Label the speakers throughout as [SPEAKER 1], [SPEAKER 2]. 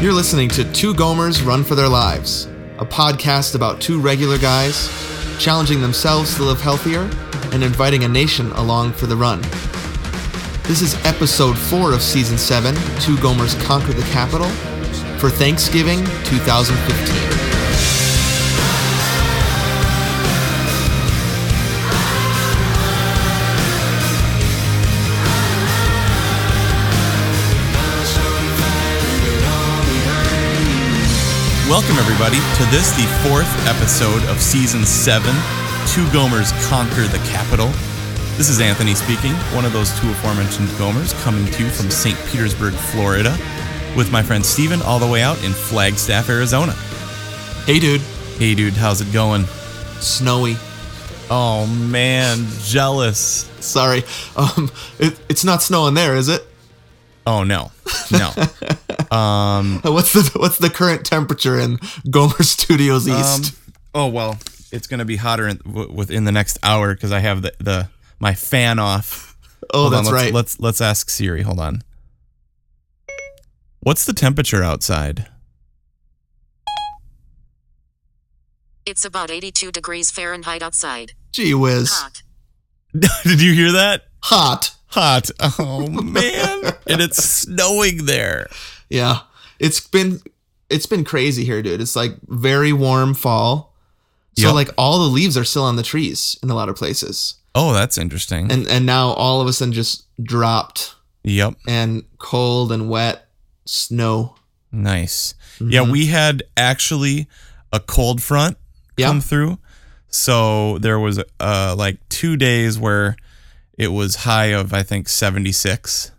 [SPEAKER 1] You're listening to Two Gomers Run for Their Lives, a podcast about two regular guys challenging themselves to live healthier and inviting a nation along for the run. This is episode 4 of season 7 Two Gomers Conquer the Capital for Thanksgiving 2015.
[SPEAKER 2] Welcome, everybody, to this, the fourth episode of season seven Two Gomers Conquer the Capital. This is Anthony speaking, one of those two aforementioned Gomers, coming to you from St. Petersburg, Florida, with my friend Steven, all the way out in Flagstaff, Arizona.
[SPEAKER 1] Hey, dude,
[SPEAKER 2] Hey, dude, how's it going?
[SPEAKER 1] snowy.
[SPEAKER 2] Oh, man, jealous.
[SPEAKER 1] Sorry, um, it, it's not snowing there, is it?
[SPEAKER 2] Oh, no. No.
[SPEAKER 1] What's the what's the current temperature in Gomer Studios
[SPEAKER 2] Um,
[SPEAKER 1] East?
[SPEAKER 2] oh well, it's gonna be hotter in, w- within the next hour because I have the, the my fan off.
[SPEAKER 1] Oh,
[SPEAKER 2] Hold on,
[SPEAKER 1] that's
[SPEAKER 2] let's-
[SPEAKER 1] right.
[SPEAKER 2] Let's let's ask Siri. Hold on. What's the temperature outside?
[SPEAKER 3] It's about 82 degrees Fahrenheit outside.
[SPEAKER 1] Gee whiz,
[SPEAKER 3] Hot.
[SPEAKER 2] Did you hear that?
[SPEAKER 1] hot.
[SPEAKER 2] Hot. Oh man, and it's snowing there.
[SPEAKER 1] Yeah, it's been it's been crazy here, dude. It's like very warm fall, so
[SPEAKER 2] Yep.
[SPEAKER 1] like all the leaves are still on the trees in a lot of places,
[SPEAKER 2] Oh, that's interesting.
[SPEAKER 1] and and now all of a sudden just dropped
[SPEAKER 2] yep.
[SPEAKER 1] and cold and wet snow.
[SPEAKER 2] Nice. Yeah,
[SPEAKER 1] Mm-hmm.
[SPEAKER 2] we had actually a cold front
[SPEAKER 1] Yeah.
[SPEAKER 2] come through. So there was uh like two days where it was high of I think 76.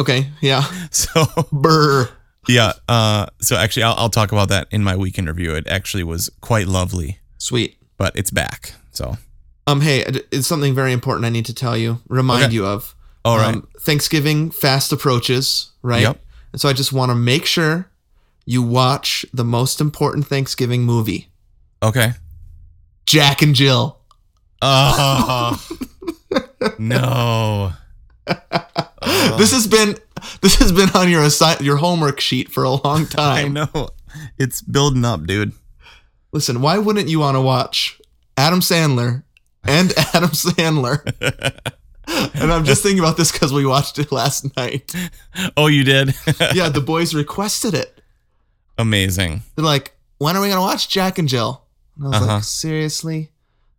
[SPEAKER 1] Okay, yeah,
[SPEAKER 2] So
[SPEAKER 1] brr.
[SPEAKER 2] yeah, uh so actually I'll, I'll talk about that in my week interview. It actually was quite lovely,
[SPEAKER 1] Sweet.
[SPEAKER 2] but it's back. So
[SPEAKER 1] Um, hey, it- it's something very important I need to tell you, remind
[SPEAKER 2] Okay.
[SPEAKER 1] you of.
[SPEAKER 2] all right.
[SPEAKER 1] Um, Thanksgiving fast approaches, right?
[SPEAKER 2] Yep.
[SPEAKER 1] And so I just want to make sure you watch the most important Thanksgiving movie,
[SPEAKER 2] okay.
[SPEAKER 1] Jack and Jill.
[SPEAKER 2] Oh. no. Oh.
[SPEAKER 1] This has been this has been on your assi- your homework sheet for a long
[SPEAKER 2] I
[SPEAKER 1] time.
[SPEAKER 2] know. It's building up, dude.
[SPEAKER 1] Listen, why wouldn't you want to watch Adam Sandler and Adam Sandler? and I'm just thinking about this because we watched it last night.
[SPEAKER 2] Oh, you did?
[SPEAKER 1] Yeah, the boys requested it.
[SPEAKER 2] Amazing.
[SPEAKER 1] They're like, when are we gonna watch Jack and Jill? And I was
[SPEAKER 2] Uh-huh.
[SPEAKER 1] like, seriously.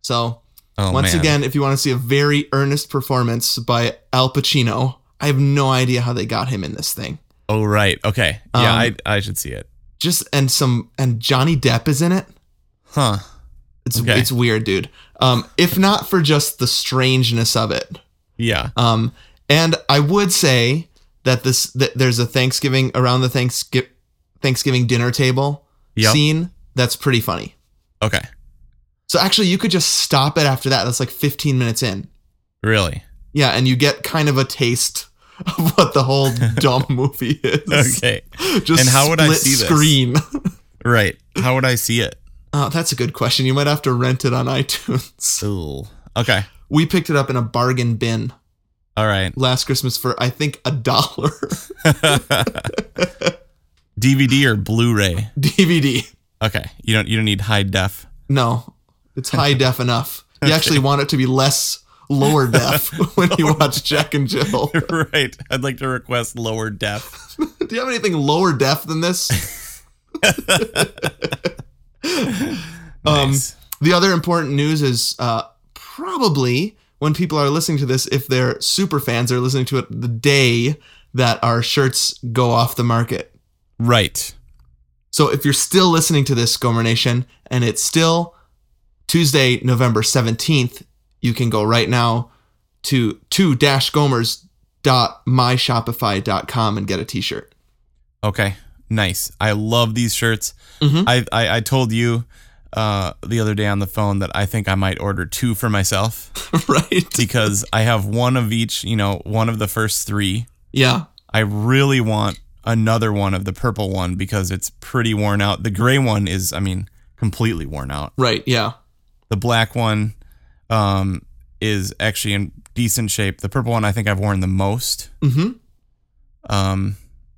[SPEAKER 1] So
[SPEAKER 2] Oh,
[SPEAKER 1] once
[SPEAKER 2] man.
[SPEAKER 1] again, if you want to see a very earnest performance by Al Pacino, I have no idea how they got him in this thing.
[SPEAKER 2] Oh right. Okay. Yeah,
[SPEAKER 1] Um,
[SPEAKER 2] I I should see it.
[SPEAKER 1] Just and some and Johnny Depp is in it.
[SPEAKER 2] Huh.
[SPEAKER 1] It's
[SPEAKER 2] Okay.
[SPEAKER 1] it's weird, dude. Um, if not for just the strangeness of it.
[SPEAKER 2] Yeah.
[SPEAKER 1] Um, and I would say that this that there's a Thanksgiving around the Thanksgiving Thanksgiving dinner table
[SPEAKER 2] Yep.
[SPEAKER 1] scene that's pretty funny.
[SPEAKER 2] Okay.
[SPEAKER 1] So actually, you could just stop it after that. That's like 15 minutes in.
[SPEAKER 2] Really.
[SPEAKER 1] Yeah, and you get kind of a taste of what the whole dumb movie is.
[SPEAKER 2] Okay.
[SPEAKER 1] Just
[SPEAKER 2] And how would I
[SPEAKER 1] split
[SPEAKER 2] see this?
[SPEAKER 1] screen?
[SPEAKER 2] Right. How would I see it?
[SPEAKER 1] Uh, that's a good question. You might have to rent it on iTunes.
[SPEAKER 2] Ooh. Okay.
[SPEAKER 1] We picked it up in a bargain bin
[SPEAKER 2] All right.
[SPEAKER 1] last Christmas for I think a dollar
[SPEAKER 2] DVD or Blu-ray.
[SPEAKER 1] DVD.
[SPEAKER 2] Okay. You don't you don't need high def.
[SPEAKER 1] No, it's high def enough. You actually want it to be less lower def when you watch Jack and Jill.
[SPEAKER 2] right. I'd like to request lower def.
[SPEAKER 1] Do you have anything lower def than this? um,
[SPEAKER 2] Nice.
[SPEAKER 1] the other important news is uh, probably when people are listening to this, if they're super fans, they're listening to it the day that our shirts go off the market.
[SPEAKER 2] right.
[SPEAKER 1] So if you're still listening to this, Gomer Nation, and it's still Tuesday, November 17th, you can go right now to 2-gomers.myshopify.com and get a t-shirt.
[SPEAKER 2] Okay. Nice. I love these shirts.
[SPEAKER 1] Mhm.
[SPEAKER 2] I, I I told you uh the other day on the phone that I think I might order two for myself
[SPEAKER 1] right?
[SPEAKER 2] because I have one of each, you know, one of the first 3
[SPEAKER 1] Yeah.
[SPEAKER 2] I really want another one of the purple one because it's pretty worn out. The gray one is, I mean, completely worn out.
[SPEAKER 1] Right. Yeah.
[SPEAKER 2] The black one um, is actually in decent shape. The purple one, I think I've worn the most.
[SPEAKER 1] Mm-hmm.
[SPEAKER 2] Um,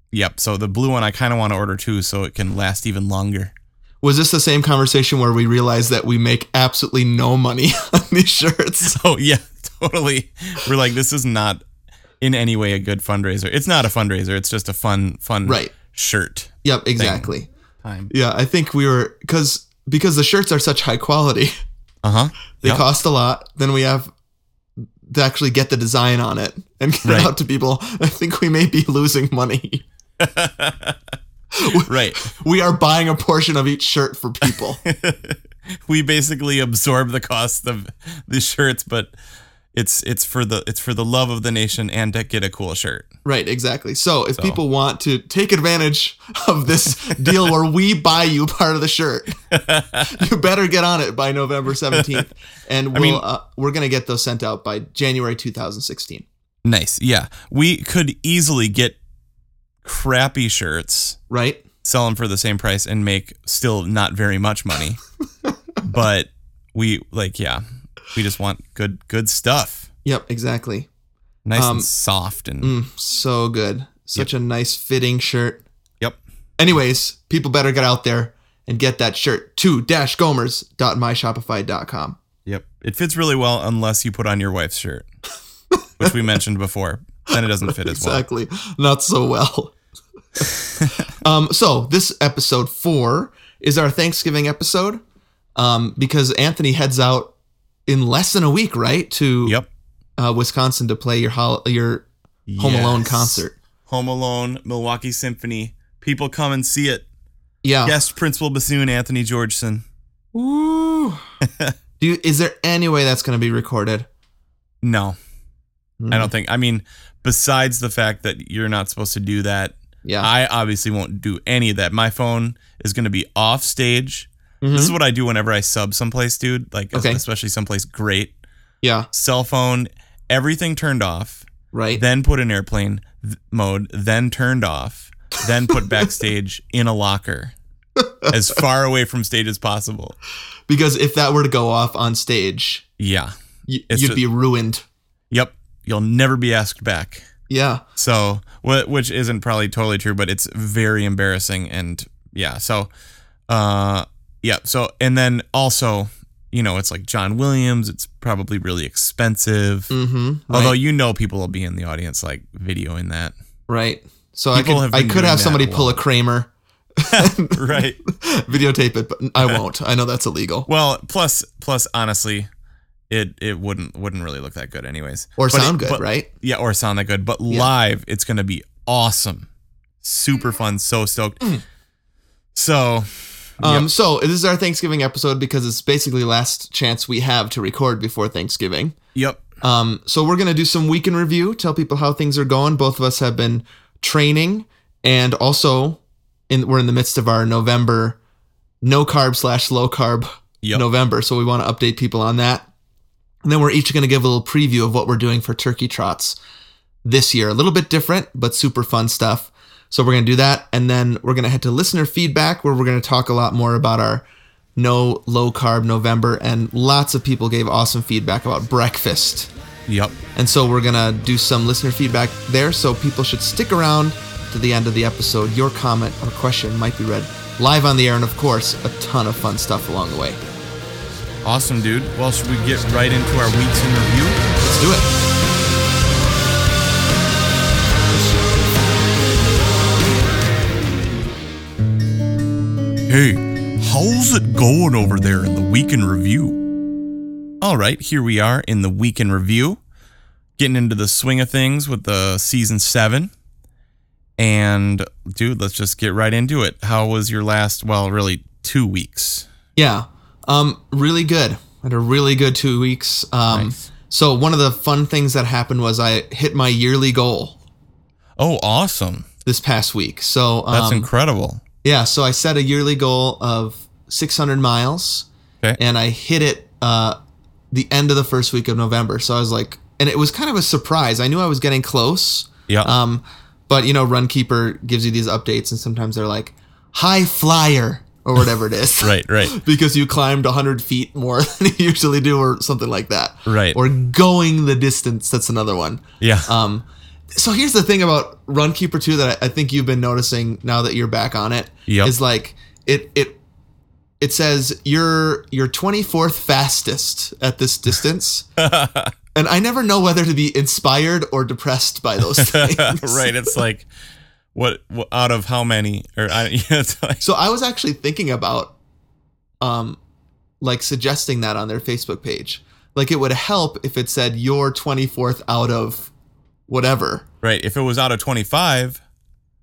[SPEAKER 2] Yep. So the blue one I kind of want to order too, so it can last even longer.
[SPEAKER 1] Was this the same conversation where we realized that we make absolutely no money on these shirts?
[SPEAKER 2] So Oh, yeah, totally. We're like, this is not in any way a good fundraiser. It's not a fundraiser. It's just a fun, fun
[SPEAKER 1] Right.
[SPEAKER 2] shirt
[SPEAKER 1] Yep, exactly.
[SPEAKER 2] time.
[SPEAKER 1] Yeah, I think we were because because the shirts are such high quality,
[SPEAKER 2] Uh huh.
[SPEAKER 1] they cost a lot. Then we have to actually get the design on it and get
[SPEAKER 2] Right.
[SPEAKER 1] it out to people. I think we may be losing money.
[SPEAKER 2] Right.
[SPEAKER 1] We are buying a portion of each shirt for people.
[SPEAKER 2] we basically absorb the cost of the shirts, but it's it's for the it's for the love of the nation and to get a cool shirt.
[SPEAKER 1] right, exactly. So if people want to take advantage of this deal where we buy you part of the shirt, you better get on it by November 17th. And we'll,
[SPEAKER 2] mean-
[SPEAKER 1] uh, we're going to get those sent out by January 2016.
[SPEAKER 2] Nice. Yeah. We could easily get crappy shirts,
[SPEAKER 1] Right?
[SPEAKER 2] sell them for the same price and make still not very much money. but we like yeah, we just want good good stuff.
[SPEAKER 1] Yep, exactly.
[SPEAKER 2] Nice
[SPEAKER 1] Um,
[SPEAKER 2] and soft and
[SPEAKER 1] Mm, so good. Such a nice fitting shirt.
[SPEAKER 2] yep.
[SPEAKER 1] Anyways, people better get out there and get that shirt to gomers.myshopify.com.
[SPEAKER 2] Yep. It fits really well unless you put on your wife's shirt, which we mentioned before. Then it doesn't fit as well.
[SPEAKER 1] Exactly. Not so well. um, so, this episode four is our Thanksgiving episode um, because Anthony heads out in less than a week, right? To
[SPEAKER 2] Yep.
[SPEAKER 1] uh, Wisconsin to play your, hol- your Home Alone
[SPEAKER 2] Yes.
[SPEAKER 1] concert.
[SPEAKER 2] Home Alone, Milwaukee Symphony. People come and see it.
[SPEAKER 1] Yeah.
[SPEAKER 2] Guest principal bassoon Anthony Georgeson.
[SPEAKER 1] Ooh. Do you, is there any way that's going to be recorded?
[SPEAKER 2] No, I
[SPEAKER 1] Mm,
[SPEAKER 2] don't think. I mean, besides the fact that you're not supposed to do that,
[SPEAKER 1] Mm-hmm. Yeah.
[SPEAKER 2] I obviously won't do any of that. My phone is going to be off stage.
[SPEAKER 1] Mm-hmm.
[SPEAKER 2] This is what I do whenever I sub someplace, dude. Like
[SPEAKER 1] Okay.
[SPEAKER 2] especially someplace great.
[SPEAKER 1] yeah.
[SPEAKER 2] Cell phone, everything turned off.
[SPEAKER 1] Right.
[SPEAKER 2] Then put in airplane th- mode. Then turned off. Then put backstage in a locker, as far away from stage as possible.
[SPEAKER 1] Because if that were to go off on stage,
[SPEAKER 2] Yeah.
[SPEAKER 1] y-
[SPEAKER 2] It's
[SPEAKER 1] you'd
[SPEAKER 2] a-
[SPEAKER 1] be ruined.
[SPEAKER 2] Yep. You'll never be asked back.
[SPEAKER 1] Yeah.
[SPEAKER 2] So, wh- which isn't probably totally true, but it's very embarrassing. And yeah. So, uh, yeah. So, and then also, you know, it's like John Williams. It's probably really expensive.
[SPEAKER 1] Mm-hmm.
[SPEAKER 2] Although you know people will be in the audience like videoing that.
[SPEAKER 1] right. So I
[SPEAKER 2] People
[SPEAKER 1] could
[SPEAKER 2] have
[SPEAKER 1] I
[SPEAKER 2] been
[SPEAKER 1] could
[SPEAKER 2] doing
[SPEAKER 1] have
[SPEAKER 2] that
[SPEAKER 1] somebody
[SPEAKER 2] a
[SPEAKER 1] pull a
[SPEAKER 2] lot.
[SPEAKER 1] Kramer,
[SPEAKER 2] right.
[SPEAKER 1] videotape it, but I won't. I know that's illegal.
[SPEAKER 2] Well, plus plus honestly, it it wouldn't wouldn't really look that good anyways.
[SPEAKER 1] Or
[SPEAKER 2] But it-
[SPEAKER 1] sound good,
[SPEAKER 2] but-
[SPEAKER 1] right?
[SPEAKER 2] Yeah, or sound that good. But live, it's gonna be awesome. Super fun. So stoked.
[SPEAKER 1] Mm.
[SPEAKER 2] So
[SPEAKER 1] Um, So this is our Thanksgiving episode because it's basically last chance we have to record before Thanksgiving.
[SPEAKER 2] yep.
[SPEAKER 1] Um, so we're gonna do some week in review, tell people how things are going. Both of us have been training, and also in we're in the midst of our November no carb slash low carb
[SPEAKER 2] Yep.
[SPEAKER 1] November. So we want to update people on that, and then we're each gonna give a little preview of what we're doing for turkey trots this year. A little bit different, but super fun stuff. So we're gonna do that, and then we're gonna head to listener feedback where we're gonna talk a lot more about our no low carb November, and lots of people gave awesome feedback about breakfast.
[SPEAKER 2] Yep.
[SPEAKER 1] And so we're going to do some listener feedback there. So people should stick around to the end of the episode. Your comment or question might be read live on the air. And of course, a ton of fun stuff along the way.
[SPEAKER 2] Awesome, dude. Well, should we get right into our weeks in review?
[SPEAKER 1] Let's do it.
[SPEAKER 2] Hey, how's it going over there in the week in review? All right, here we are in the week in review, getting into the swing of things with the season seven. And dude, let's just get right into it. How was your last? Well, really, two weeks.
[SPEAKER 1] Yeah. Um, really good. Had a really good two weeks. Um,
[SPEAKER 2] Nice.
[SPEAKER 1] So one of the fun things that happened was I hit my yearly goal
[SPEAKER 2] Oh, awesome!
[SPEAKER 1] this past week. So um,
[SPEAKER 2] That's incredible.
[SPEAKER 1] Yeah, so I set a yearly goal of 600 miles,
[SPEAKER 2] Okay.
[SPEAKER 1] and I hit it uh, the end of the first week of November. So I was like, and it was kind of a surprise. I knew I was getting close,
[SPEAKER 2] Yeah.
[SPEAKER 1] um, but you know, Runkeeper gives you these updates, and sometimes they're like high flyer or whatever it is,
[SPEAKER 2] right. Right.
[SPEAKER 1] Because you climbed 100 feet more than you usually do, or something like that,
[SPEAKER 2] Right.
[SPEAKER 1] Or going the distance. That's another one.
[SPEAKER 2] Yeah.
[SPEAKER 1] Um, so here's the thing about Runkeeper 2 that I, I think you've been noticing now that you're back on it is
[SPEAKER 2] Yep.
[SPEAKER 1] like it it it says you're you're 24th fastest at this distance. and I never know whether to be inspired or depressed by those things.
[SPEAKER 2] right. It's like what, what out of how many? Or I, yeah, it's like,
[SPEAKER 1] So I was actually thinking about um like suggesting that on their Facebook page. Like it would help if it said you're 24th out of whatever.
[SPEAKER 2] right. If it was out of twenty five,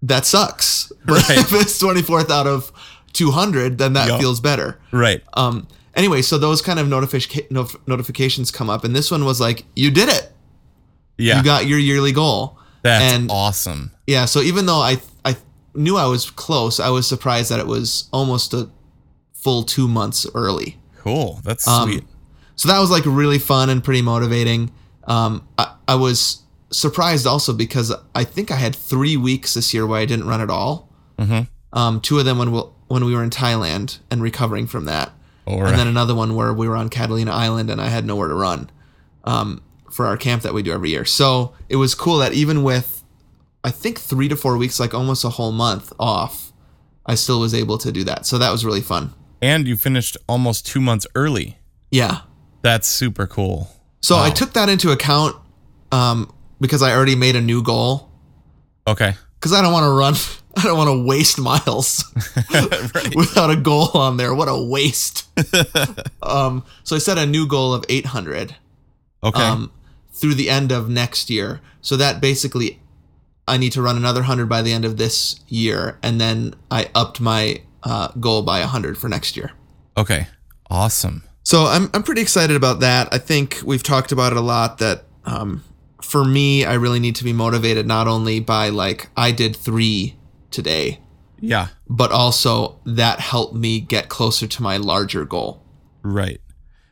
[SPEAKER 1] that sucks. But
[SPEAKER 2] Right.
[SPEAKER 1] if it's 24th out of 200, then that
[SPEAKER 2] Yup.
[SPEAKER 1] feels better.
[SPEAKER 2] right.
[SPEAKER 1] Um, anyway, so those kind of notific- nof- notifications come up, and this one was like, you did it.
[SPEAKER 2] Yeah,
[SPEAKER 1] You got your yearly goal.
[SPEAKER 2] that's
[SPEAKER 1] and-
[SPEAKER 2] awesome.
[SPEAKER 1] Yeah, so even though I I knew I was close, I was surprised that it was almost a full two months early.
[SPEAKER 2] Cool. That's
[SPEAKER 1] Um,
[SPEAKER 2] sweet.
[SPEAKER 1] So that was like really fun and pretty motivating. Um, I, I was surprised also because I think I had three weeks this year where I didn't run at all.
[SPEAKER 2] Mhm.
[SPEAKER 1] Um, two of them when we when we were in Thailand and recovering from that,
[SPEAKER 2] Or
[SPEAKER 1] and then another one where we were on Catalina Island and I had nowhere to run um, for our camp that we do every year. So it was cool that even with I think three to four weeks, like almost a whole month off, I still was able to do that. So that was really fun.
[SPEAKER 2] and you finished almost two months early.
[SPEAKER 1] Yeah.
[SPEAKER 2] That's super cool.
[SPEAKER 1] So I took that into account um, because I already made a new goal
[SPEAKER 2] Okay.
[SPEAKER 1] because I don't want to run. I don't want to waste miles without a goal on there. What a waste. um, so I set a new goal of 800
[SPEAKER 2] Okay.
[SPEAKER 1] um, through the end of next year. So that basically, I need to run another 100 by the end of this year. And then I upped my uh, goal by 100 for next year.
[SPEAKER 2] okay. Awesome.
[SPEAKER 1] So I'm I'm pretty excited about that. I think we've talked about it a lot. That um, for me, I really need to be motivated not only by like I did three today,
[SPEAKER 2] Yeah.
[SPEAKER 1] but also that helped me get closer to my larger goal.
[SPEAKER 2] Right.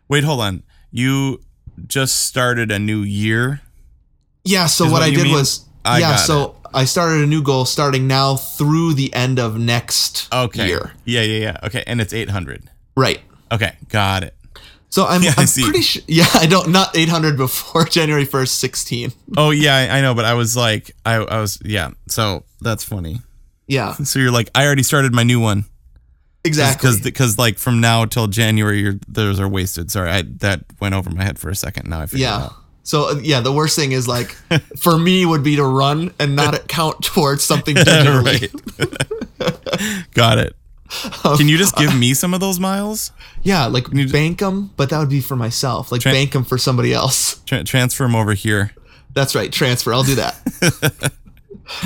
[SPEAKER 2] Wait, hold on. You just started a new year.
[SPEAKER 1] Yeah. So
[SPEAKER 2] Is
[SPEAKER 1] what,
[SPEAKER 2] what
[SPEAKER 1] I
[SPEAKER 2] you
[SPEAKER 1] did
[SPEAKER 2] mean?
[SPEAKER 1] was
[SPEAKER 2] I
[SPEAKER 1] yeah.
[SPEAKER 2] got
[SPEAKER 1] So I started a new goal starting now through the end of next
[SPEAKER 2] Okay.
[SPEAKER 1] year.
[SPEAKER 2] Yeah, yeah, yeah. Okay. And it's 800.
[SPEAKER 1] Right. Okay.
[SPEAKER 2] Okay. Got it.
[SPEAKER 1] So I'm,
[SPEAKER 2] Yeah, I
[SPEAKER 1] I'm
[SPEAKER 2] see.
[SPEAKER 1] pretty sure. Yeah, I don't not 800 before January 1st, 16.
[SPEAKER 2] Oh, yeah. I, I know, but I was like, I, I was, yeah. So that's funny.
[SPEAKER 1] Yeah,
[SPEAKER 2] So you're like, I already started my new one.
[SPEAKER 1] exactly.
[SPEAKER 2] Because, because like from now till January, your those are wasted. Sorry. I, that went over my head for a second. Now I figured it
[SPEAKER 1] Yeah.
[SPEAKER 2] out.
[SPEAKER 1] So uh, yeah, the worst thing is like for me would be to run and not count towards something digitally.
[SPEAKER 2] right. Got it. Can you just give me some of those miles?
[SPEAKER 1] Yeah, like bank 'em, bank them, but that would be for myself. Like bank 'em bank them for somebody else.
[SPEAKER 2] Tra- transfer them over here.
[SPEAKER 1] That's right, transfer. I'll do that.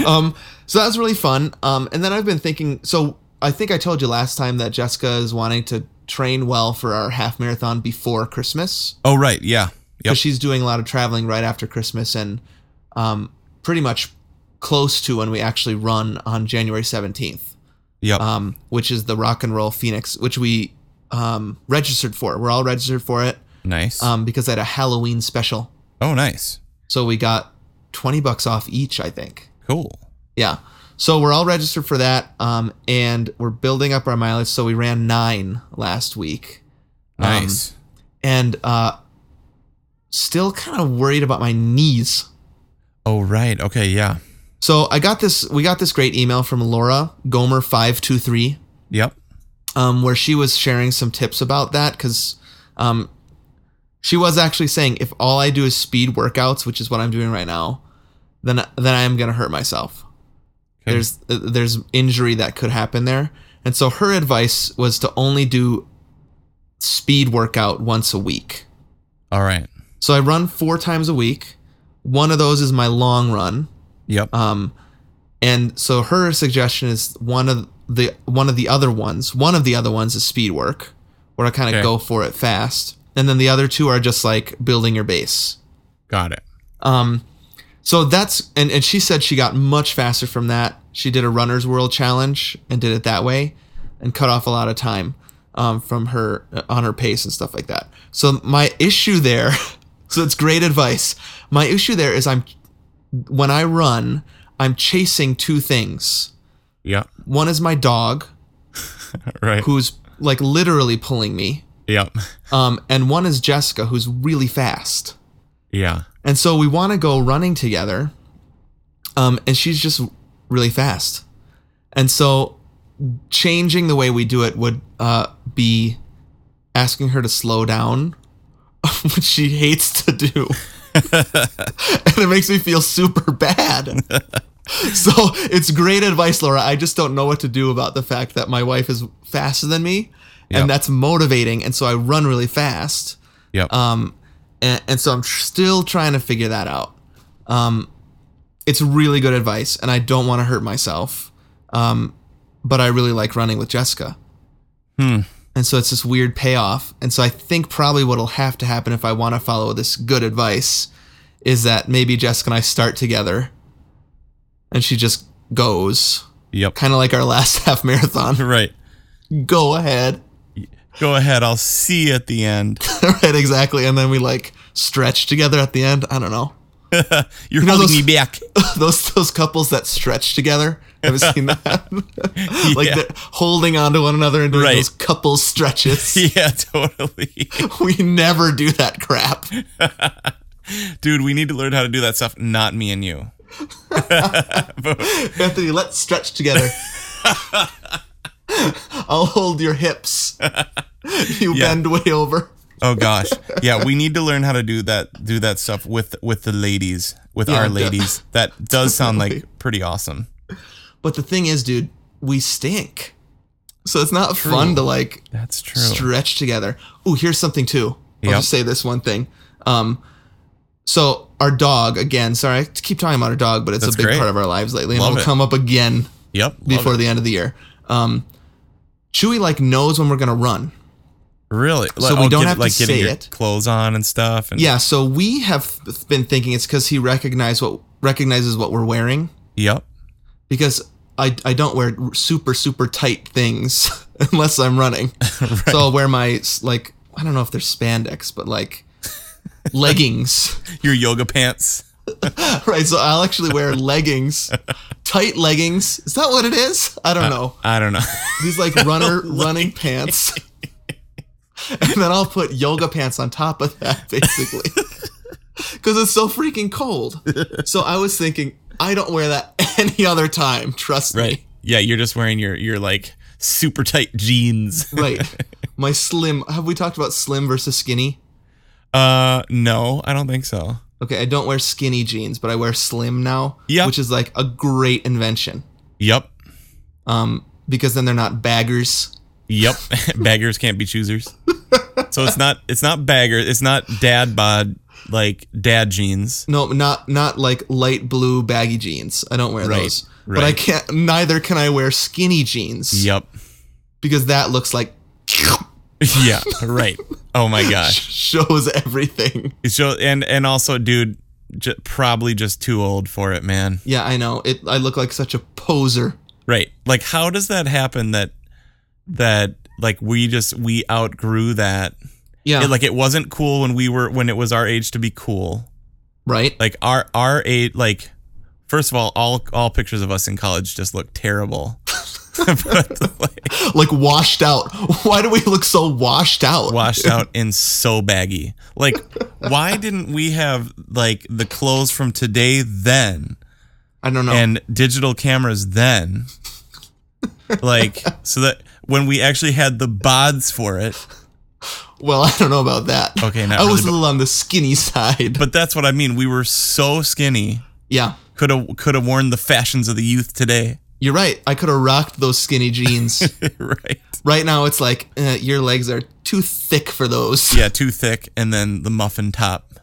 [SPEAKER 1] um, so that was really fun. Um, and then I've been thinking. So I think I told you last time that Jessica is wanting to train well for our half marathon before Christmas.
[SPEAKER 2] Oh, right. Yeah. Yep.
[SPEAKER 1] because she's doing a lot of traveling right after Christmas and um, pretty much close to when we actually run on January 17th,
[SPEAKER 2] Yep.
[SPEAKER 1] um, which is the Rock and Roll Phoenix, which we um, registered for. We're all registered for it
[SPEAKER 2] nice.
[SPEAKER 1] um, because they had a Halloween special.
[SPEAKER 2] oh, nice.
[SPEAKER 1] So we got 20 bucks off each, I think.
[SPEAKER 2] Cool.
[SPEAKER 1] Yeah. So we're all registered for that um, and we're building up our mileage. So we ran nine last week. Um,
[SPEAKER 2] Nice.
[SPEAKER 1] and uh, still kind of worried about my knees.
[SPEAKER 2] oh, right. Okay. Yeah.
[SPEAKER 1] So I got this. We got this great email from Laura Gomer five two three,
[SPEAKER 2] Yep.
[SPEAKER 1] um, where she was sharing some tips about that because, um, she was actually saying if all I do is speed workouts, which is what I'm doing right now, then then I am gonna hurt myself.
[SPEAKER 2] Okay.
[SPEAKER 1] There's there's injury that could happen there, and so her advice was to only do speed workout once a week.
[SPEAKER 2] All right.
[SPEAKER 1] So I run four times a week. One of those is my long run,
[SPEAKER 2] Yep.
[SPEAKER 1] Um, and so her suggestion is one of the one of the other ones. One of the other ones is speed work, where I kind of
[SPEAKER 2] Okay.
[SPEAKER 1] go for it fast, and then the other two are just like building your base.
[SPEAKER 2] Got it.
[SPEAKER 1] Um, so that's and and she said she got much faster from that. She did a runner's world challenge and did it that way, and cut off a lot of time um, from her on her pace and stuff like that. So my issue there, so it's great advice. My issue there is I'm when I run, I'm chasing two things.
[SPEAKER 2] Yep.
[SPEAKER 1] One is my dog,
[SPEAKER 2] Right.
[SPEAKER 1] who's like literally pulling me,
[SPEAKER 2] Yep.
[SPEAKER 1] um, and one is Jessica, who's really fast.
[SPEAKER 2] Yeah.
[SPEAKER 1] And so we want to go running together, um, and she's just really fast. And so, changing the way we do it would uh, be asking her to slow down, which she hates to do, and it makes me feel super bad. so it's great advice, Laura. I just don't know what to do about the fact that my wife is faster than me,
[SPEAKER 2] Yep.
[SPEAKER 1] and that's motivating. And so I run really fast.
[SPEAKER 2] Yep.
[SPEAKER 1] Um, and, and so I'm tr- still trying to figure that out. Um, it's really good advice, and I don't want to hurt myself. Um, but I really like running with Jessica.
[SPEAKER 2] Hmm.
[SPEAKER 1] And so it's this weird payoff. And so I think probably what'll have to happen if I want to follow this good advice is that maybe Jessica and I start together and she just goes,
[SPEAKER 2] yep.
[SPEAKER 1] kind of like our last half marathon.
[SPEAKER 2] Right.
[SPEAKER 1] Go ahead.
[SPEAKER 2] Go ahead. I'll see you at the end.
[SPEAKER 1] right, exactly. And then we like stretch together at the end. I don't know.
[SPEAKER 2] You're
[SPEAKER 1] know
[SPEAKER 2] holding
[SPEAKER 1] those-
[SPEAKER 2] me back.
[SPEAKER 1] those those couples that stretch together. Have you seen that? like
[SPEAKER 2] Yeah.
[SPEAKER 1] they're holding on to one another and doing
[SPEAKER 2] Right.
[SPEAKER 1] those couple stretches.
[SPEAKER 2] yeah, totally.
[SPEAKER 1] we never do that crap.
[SPEAKER 2] Dude, we need to learn how to do that stuff, not me and you.
[SPEAKER 1] Anthony, let's stretch together. I'll hold your hips. You
[SPEAKER 2] Yeah.
[SPEAKER 1] bend way over.
[SPEAKER 2] Oh gosh. Yeah, we need to learn how to do that do that stuff with with the ladies, with
[SPEAKER 1] Yeah,
[SPEAKER 2] our
[SPEAKER 1] de-
[SPEAKER 2] ladies. That does sound like
[SPEAKER 1] Totally.
[SPEAKER 2] pretty awesome.
[SPEAKER 1] But the thing is, dude, we stink. So it's not fun to like
[SPEAKER 2] That's true.
[SPEAKER 1] stretch together. Ooh, here's something too. I'll
[SPEAKER 2] Yep.
[SPEAKER 1] just say this one thing. Um, so our dog again. Sorry, I keep talking about our dog, but it's
[SPEAKER 2] That's
[SPEAKER 1] a big
[SPEAKER 2] great.
[SPEAKER 1] part of our lives lately, and
[SPEAKER 2] Love
[SPEAKER 1] it'll
[SPEAKER 2] it.
[SPEAKER 1] come up again
[SPEAKER 2] yep. love
[SPEAKER 1] before
[SPEAKER 2] it.
[SPEAKER 1] the end of the year. Um, Chewy like knows when we're gonna run.
[SPEAKER 2] Really? Like,
[SPEAKER 1] we
[SPEAKER 2] oh,
[SPEAKER 1] don't
[SPEAKER 2] get-
[SPEAKER 1] have to
[SPEAKER 2] like getting
[SPEAKER 1] say
[SPEAKER 2] your
[SPEAKER 1] it.
[SPEAKER 2] clothes on and stuff and
[SPEAKER 1] Yeah. So we have been thinking it's because he recognize what recognizes what we're wearing
[SPEAKER 2] Yep.
[SPEAKER 1] because I I don't wear super super tight things unless I'm running. So I'll wear my s- like I don't know if they're spandex, but like leggings.
[SPEAKER 2] Your yoga pants.
[SPEAKER 1] Right, so I'll actually wear leggings, tight leggings. Is that what it is? I don't know.
[SPEAKER 2] I don't know.
[SPEAKER 1] These like runner running pants, and then I'll put yoga pants on top of that, basically, because it's so freaking cold. So I was thinking, I don't wear that any other time. Trust
[SPEAKER 2] right. Yeah, you're just wearing your your like super tight jeans.
[SPEAKER 1] me. Right. My slim. Have we talked about slim versus skinny?
[SPEAKER 2] Uh no, I don't think so.
[SPEAKER 1] Okay, I don't wear skinny jeans, but I wear slim now,
[SPEAKER 2] Yeah.
[SPEAKER 1] which is like a great invention.
[SPEAKER 2] Yep.
[SPEAKER 1] Um, because then they're not baggers.
[SPEAKER 2] Yep. Baggers can't be choosers. So it's not it's not bagger, it's not dad bod like dad jeans.
[SPEAKER 1] No, not not like light blue baggy jeans. I don't wear
[SPEAKER 2] Right,
[SPEAKER 1] those. But I
[SPEAKER 2] right.
[SPEAKER 1] can't. Neither can I wear skinny jeans.
[SPEAKER 2] Yep.
[SPEAKER 1] Because that looks like
[SPEAKER 2] Yeah, right. Oh my gosh.
[SPEAKER 1] shows everything.
[SPEAKER 2] So and and also dude j- probably just too old for it, man.
[SPEAKER 1] Yeah, I know. It. I look like such a poser.
[SPEAKER 2] Right. Like how does that happen that that like we just we outgrew that?
[SPEAKER 1] Yeah.
[SPEAKER 2] It, like it wasn't cool when we were when it was our age to be cool.
[SPEAKER 1] right.
[SPEAKER 2] Like our our age like first of all all all pictures of us in college just look terrible. but like
[SPEAKER 1] Like washed out. Why do we look so washed out?
[SPEAKER 2] washed out and so baggy. Like why didn't we have like the clothes from today then?
[SPEAKER 1] I don't know.
[SPEAKER 2] and digital cameras then. like so that when we actually had the bods for it.
[SPEAKER 1] well, I don't know about that.
[SPEAKER 2] Okay, not
[SPEAKER 1] I was
[SPEAKER 2] really,
[SPEAKER 1] a little on the skinny side.
[SPEAKER 2] But that's what I mean. We were so skinny.
[SPEAKER 1] yeah,
[SPEAKER 2] Could have could have worn the fashions of the youth today.
[SPEAKER 1] you're right. I could have rocked those skinny jeans.
[SPEAKER 2] right.
[SPEAKER 1] right now, it's like uh, your legs are too thick for those.
[SPEAKER 2] Yeah, too thick and then the muffin top.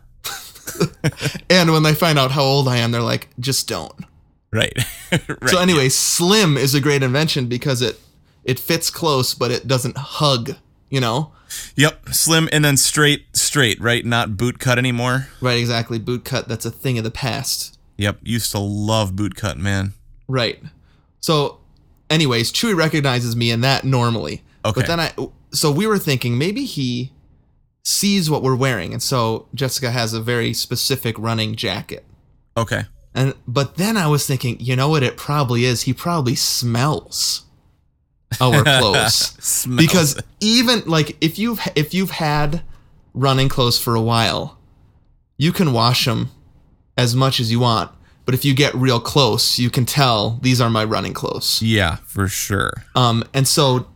[SPEAKER 1] And when they find out how old I am, they're like, just don't.
[SPEAKER 2] Right. right.
[SPEAKER 1] So anyway, slim is a great invention because it it fits close, but it doesn't hug. You know,
[SPEAKER 2] yep. Slim and then straight straight, right? Not boot cut anymore.
[SPEAKER 1] right? Exactly. Boot cut. That's a thing of the past.
[SPEAKER 2] Yep. Used to love boot cut, man.
[SPEAKER 1] Right. So, anyways, Chewy recognizes me in that normally.
[SPEAKER 2] Okay.
[SPEAKER 1] But then I, so we were thinking maybe he sees what we're wearing, and so Jessica has a very specific running jacket.
[SPEAKER 2] Okay.
[SPEAKER 1] And but then I was thinking, you know what? It probably is. He probably smells our clothes.
[SPEAKER 2] Smells
[SPEAKER 1] because even like if you've if you've had running clothes for a while, you can wash them as much as you want, But if you get real close, you can tell these are my running close.
[SPEAKER 2] Yeah, for sure.
[SPEAKER 1] Um, and so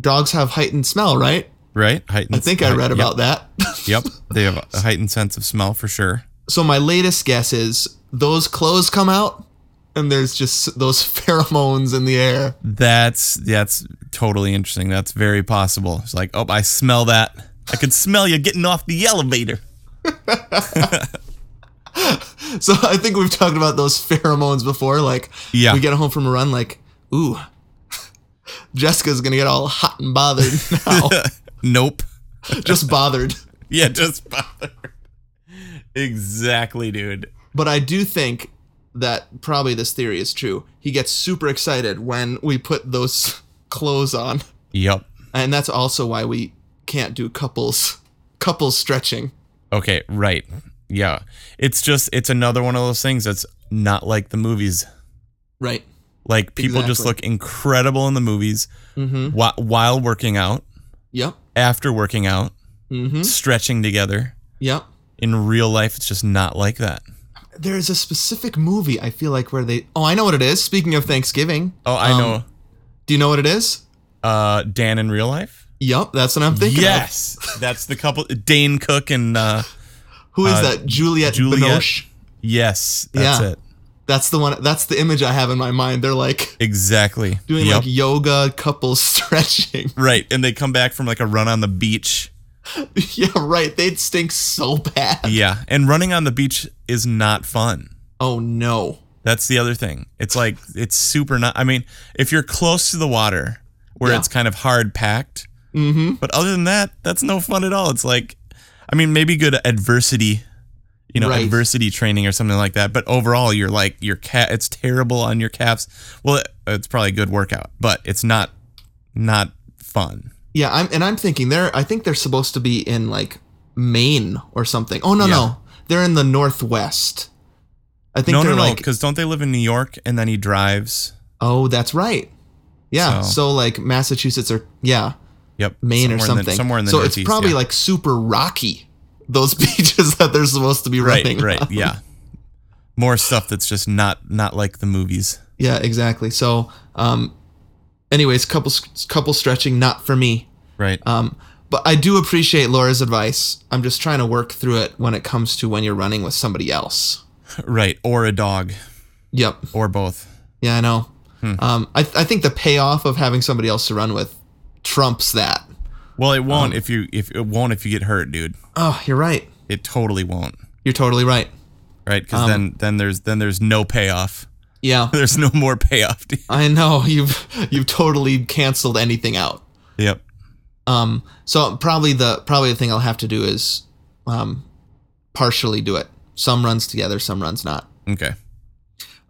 [SPEAKER 1] dogs have heightened smell, right?
[SPEAKER 2] Right? Heightened
[SPEAKER 1] I think I read about that.
[SPEAKER 2] Yep. They have a heightened sense of smell for sure.
[SPEAKER 1] so my latest guess is those clothes come out and there's just those pheromones in the air.
[SPEAKER 2] That's that's totally interesting. That's very possible. It's like, oh, I smell that. I can smell you getting off the elevator.
[SPEAKER 1] So I think we've talked about those pheromones before. Like,
[SPEAKER 2] Yeah.
[SPEAKER 1] we get home from a run, like, ooh, Jessica's gonna get all hot and bothered now.
[SPEAKER 2] Nope.
[SPEAKER 1] just bothered.
[SPEAKER 2] Yeah, just bother. Exactly, dude.
[SPEAKER 1] But I do think that probably this theory is true. He gets super excited when we put those clothes on,
[SPEAKER 2] Yep.
[SPEAKER 1] and that's also why we can't do couples couples stretching.
[SPEAKER 2] Okay, right. Yeah. It's just it's another one of those things that's not like the movies.
[SPEAKER 1] Right.
[SPEAKER 2] Like people just
[SPEAKER 1] Exactly.
[SPEAKER 2] look incredible in the movies
[SPEAKER 1] Mm-hmm.
[SPEAKER 2] whi- while working out,
[SPEAKER 1] Yep.
[SPEAKER 2] after working out,
[SPEAKER 1] Mm-hmm.
[SPEAKER 2] stretching together.
[SPEAKER 1] Yep.
[SPEAKER 2] In real life, it's just not like that.
[SPEAKER 1] There is a specific movie I feel like where they. Oh, I know what it is. Speaking of Thanksgiving,
[SPEAKER 2] Oh, I
[SPEAKER 1] Um,
[SPEAKER 2] know.
[SPEAKER 1] do you know what it is?
[SPEAKER 2] Uh, Dan in real life.
[SPEAKER 1] Yep, that's what I'm thinking. Of.
[SPEAKER 2] Yes, that's the couple. Dane Cook and uh,
[SPEAKER 1] Who is
[SPEAKER 2] Uh,
[SPEAKER 1] that? Juliet,
[SPEAKER 2] Juliet.
[SPEAKER 1] Binoche.
[SPEAKER 2] yes, that's
[SPEAKER 1] Yeah.
[SPEAKER 2] it.
[SPEAKER 1] That's the one. That's the image I have in my mind. They're like
[SPEAKER 2] Exactly.
[SPEAKER 1] doing
[SPEAKER 2] Yep.
[SPEAKER 1] like yoga, couple stretching.
[SPEAKER 2] right, and they come back from like a run on the beach.
[SPEAKER 1] yeah, right. They'd stink so bad.
[SPEAKER 2] Yeah, and running on the beach is not fun.
[SPEAKER 1] Oh no.
[SPEAKER 2] That's the other thing. It's like it's super not. I mean, if you're close to the water where
[SPEAKER 1] Yeah.
[SPEAKER 2] it's kind of hard packed,
[SPEAKER 1] Mm-hmm.
[SPEAKER 2] but other than that, that's no fun at all. It's like, I mean, maybe good adversity, you know,
[SPEAKER 1] Right.
[SPEAKER 2] adversity training or something like that. But overall, you're like your cat. It's terrible on your calves. Well, it, it's probably a good workout, but it's not not fun.
[SPEAKER 1] Yeah, I'm and I'm thinking they're. I think they're supposed to be in like Maine or something. Oh no,
[SPEAKER 2] Yeah.
[SPEAKER 1] no, they're in the Northwest. I think
[SPEAKER 2] No,
[SPEAKER 1] they're
[SPEAKER 2] no, no,
[SPEAKER 1] like.
[SPEAKER 2] because don't they live in New York? And then he drives.
[SPEAKER 1] Oh, that's right. Yeah.
[SPEAKER 2] So-
[SPEAKER 1] So, like Massachusetts or yeah,
[SPEAKER 2] Yep,
[SPEAKER 1] Maine or
[SPEAKER 2] somewhere in the-
[SPEAKER 1] something.
[SPEAKER 2] somewhere in the
[SPEAKER 1] so
[SPEAKER 2] Northeast.
[SPEAKER 1] it's probably
[SPEAKER 2] yeah.
[SPEAKER 1] like super rocky. Those beaches that they're supposed to be
[SPEAKER 2] right,
[SPEAKER 1] running.
[SPEAKER 2] right, yeah. More stuff that's just not not like the movies.
[SPEAKER 1] Yeah, exactly. So, um, anyways, couple couple stretching not for me.
[SPEAKER 2] Right.
[SPEAKER 1] Um, but I do appreciate Laura's advice. I'm just trying to work through it when it comes to when you're running with somebody else.
[SPEAKER 2] right. Or a dog.
[SPEAKER 1] Yep.
[SPEAKER 2] Or both.
[SPEAKER 1] Yeah, I know.
[SPEAKER 2] Hmm.
[SPEAKER 1] Um, I, I think the payoff of having somebody else to run with trumps that.
[SPEAKER 2] Well, it won't if you if it won't if you get hurt, dude.
[SPEAKER 1] Oh, you're right.
[SPEAKER 2] It totally won't.
[SPEAKER 1] You're totally right.
[SPEAKER 2] Right? Because then then there's then there's no payoff.
[SPEAKER 1] Yeah,
[SPEAKER 2] There's no more payoff. dude.
[SPEAKER 1] I know. You've you've totally canceled anything out.
[SPEAKER 2] yep.
[SPEAKER 1] Um, so probably the probably the thing I'll have to do is um, partially do it. Some runs together, some runs not.
[SPEAKER 2] Okay.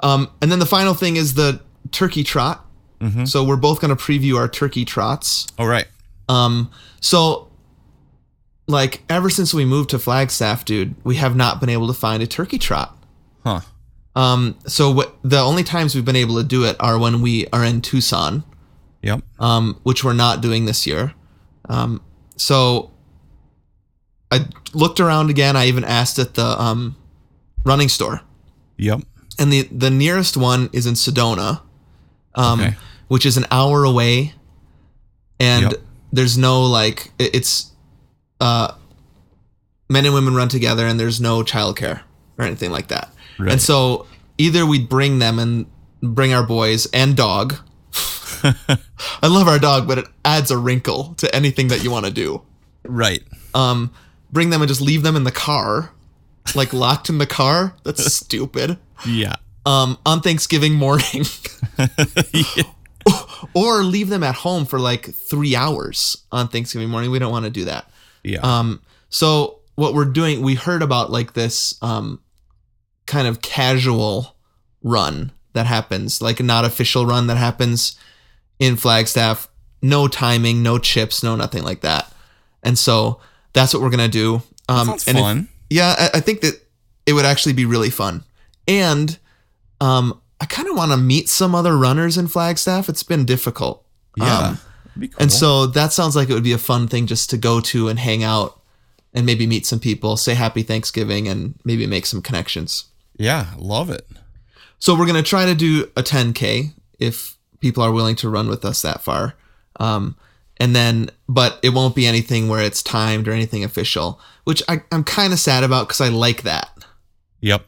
[SPEAKER 1] Um, and then the final thing is the turkey trot.
[SPEAKER 2] Mhm.
[SPEAKER 1] So we're both going to preview our turkey trots.
[SPEAKER 2] All right.
[SPEAKER 1] Um, so like ever since we moved to Flagstaff, dude, we have not been able to find a turkey trot.
[SPEAKER 2] Huh.
[SPEAKER 1] Um, so wh- the only times we've been able to do it are when we are in Tucson,
[SPEAKER 2] Yep.
[SPEAKER 1] um, which we're not doing this year. Um, so I looked around again. I even asked at the um, running store,
[SPEAKER 2] Yep.
[SPEAKER 1] and the the nearest one is in Sedona, um,
[SPEAKER 2] Okay.
[SPEAKER 1] which is an hour away, and
[SPEAKER 2] Yep.
[SPEAKER 1] there's no like i- it's uh, men and women run together, and there's no childcare or anything like that.
[SPEAKER 2] Right.
[SPEAKER 1] And so either we bring them and bring our boys and dog. I love our dog, but it adds a wrinkle to anything that you want to do.
[SPEAKER 2] Right.
[SPEAKER 1] Um, bring them and just leave them in the car, like locked in the car. That's stupid
[SPEAKER 2] Yeah.
[SPEAKER 1] um, on Thanksgiving morning, or leave them at home for like three hours on Thanksgiving morning. We don't want to do that.
[SPEAKER 2] Yeah.
[SPEAKER 1] Um, so what we're doing, we heard about like this um, kind of casual run that happens, like a not official run that happens in Flagstaff. No timing, no chips, no nothing like that. And so that's what we're gonna do. Um,
[SPEAKER 2] Sounds
[SPEAKER 1] and if-
[SPEAKER 2] fun.
[SPEAKER 1] yeah, I, I think that it would actually be really fun. And um, I kind of want to meet some other runners in Flagstaff. It's been difficult.
[SPEAKER 2] yeah.
[SPEAKER 1] Um,
[SPEAKER 2] That'd be cool.
[SPEAKER 1] and so that sounds like it would be a fun thing just to go to and hang out and maybe meet some people, say happy Thanksgiving, and maybe make some connections.
[SPEAKER 2] yeah, love it.
[SPEAKER 1] So we're going to try to do a 10K if people are willing to run with us that far. Um, and then, but it won't be anything where it's timed or anything official, which I, I'm kind of sad about because I like that
[SPEAKER 2] Yep.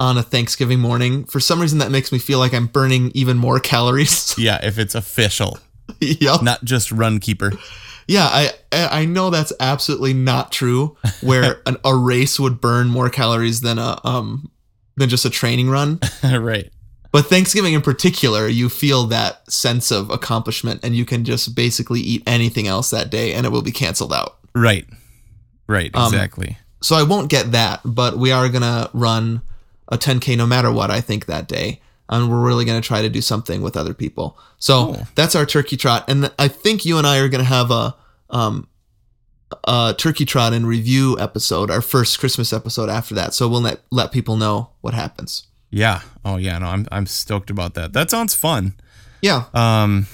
[SPEAKER 1] on a Thanksgiving morning. For some reason, that makes me feel like I'm burning even more calories.
[SPEAKER 2] Yeah, if it's official,
[SPEAKER 1] yep.
[SPEAKER 2] not just Runkeeper.
[SPEAKER 1] Yeah, I I I know that's absolutely not true. Where an, a race would burn more calories than a um than just a training run,
[SPEAKER 2] right.
[SPEAKER 1] but Thanksgiving in particular, you feel that sense of accomplishment, and you can just basically eat anything else that day, and it will be canceled out.
[SPEAKER 2] Right. Right.
[SPEAKER 1] Um,
[SPEAKER 2] Exactly.
[SPEAKER 1] So I won't get that, but we are gonna run a 10k no matter what. I think that day, and we're really gonna try to do something with other people. So
[SPEAKER 2] Cool.
[SPEAKER 1] that's our turkey trot, and I think you and I are gonna have a um a turkey trot and review episode, our first Christmas episode after that. So we'll let let people know what happens.
[SPEAKER 2] yeah. Oh yeah. No, I'm I'm stoked about that. That sounds fun.
[SPEAKER 1] Yeah.
[SPEAKER 2] Um,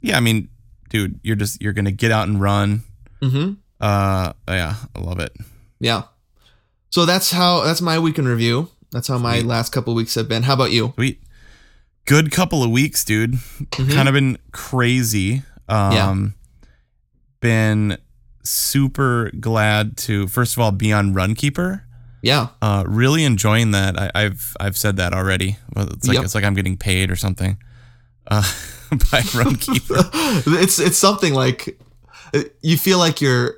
[SPEAKER 2] yeah. I mean, dude, you're just you're gonna get out and run.
[SPEAKER 1] Mm-hmm.
[SPEAKER 2] Uh, yeah. I love it.
[SPEAKER 1] Yeah. So that's how that's my week in review. That's how my
[SPEAKER 2] Sweet.
[SPEAKER 1] last couple weeks have been. How about you?
[SPEAKER 2] Sweet. Good couple of weeks, dude.
[SPEAKER 1] Mm-hmm.
[SPEAKER 2] Kind of been crazy. Um been super glad to first of all be on Runkeeper.
[SPEAKER 1] Yeah.
[SPEAKER 2] Uh really enjoying that. I, I've I've said that already. Well, It's like
[SPEAKER 1] Yep.
[SPEAKER 2] it's like I'm getting paid or something. Uh by Runkeeper.
[SPEAKER 1] it's it's something like uh, you feel like you're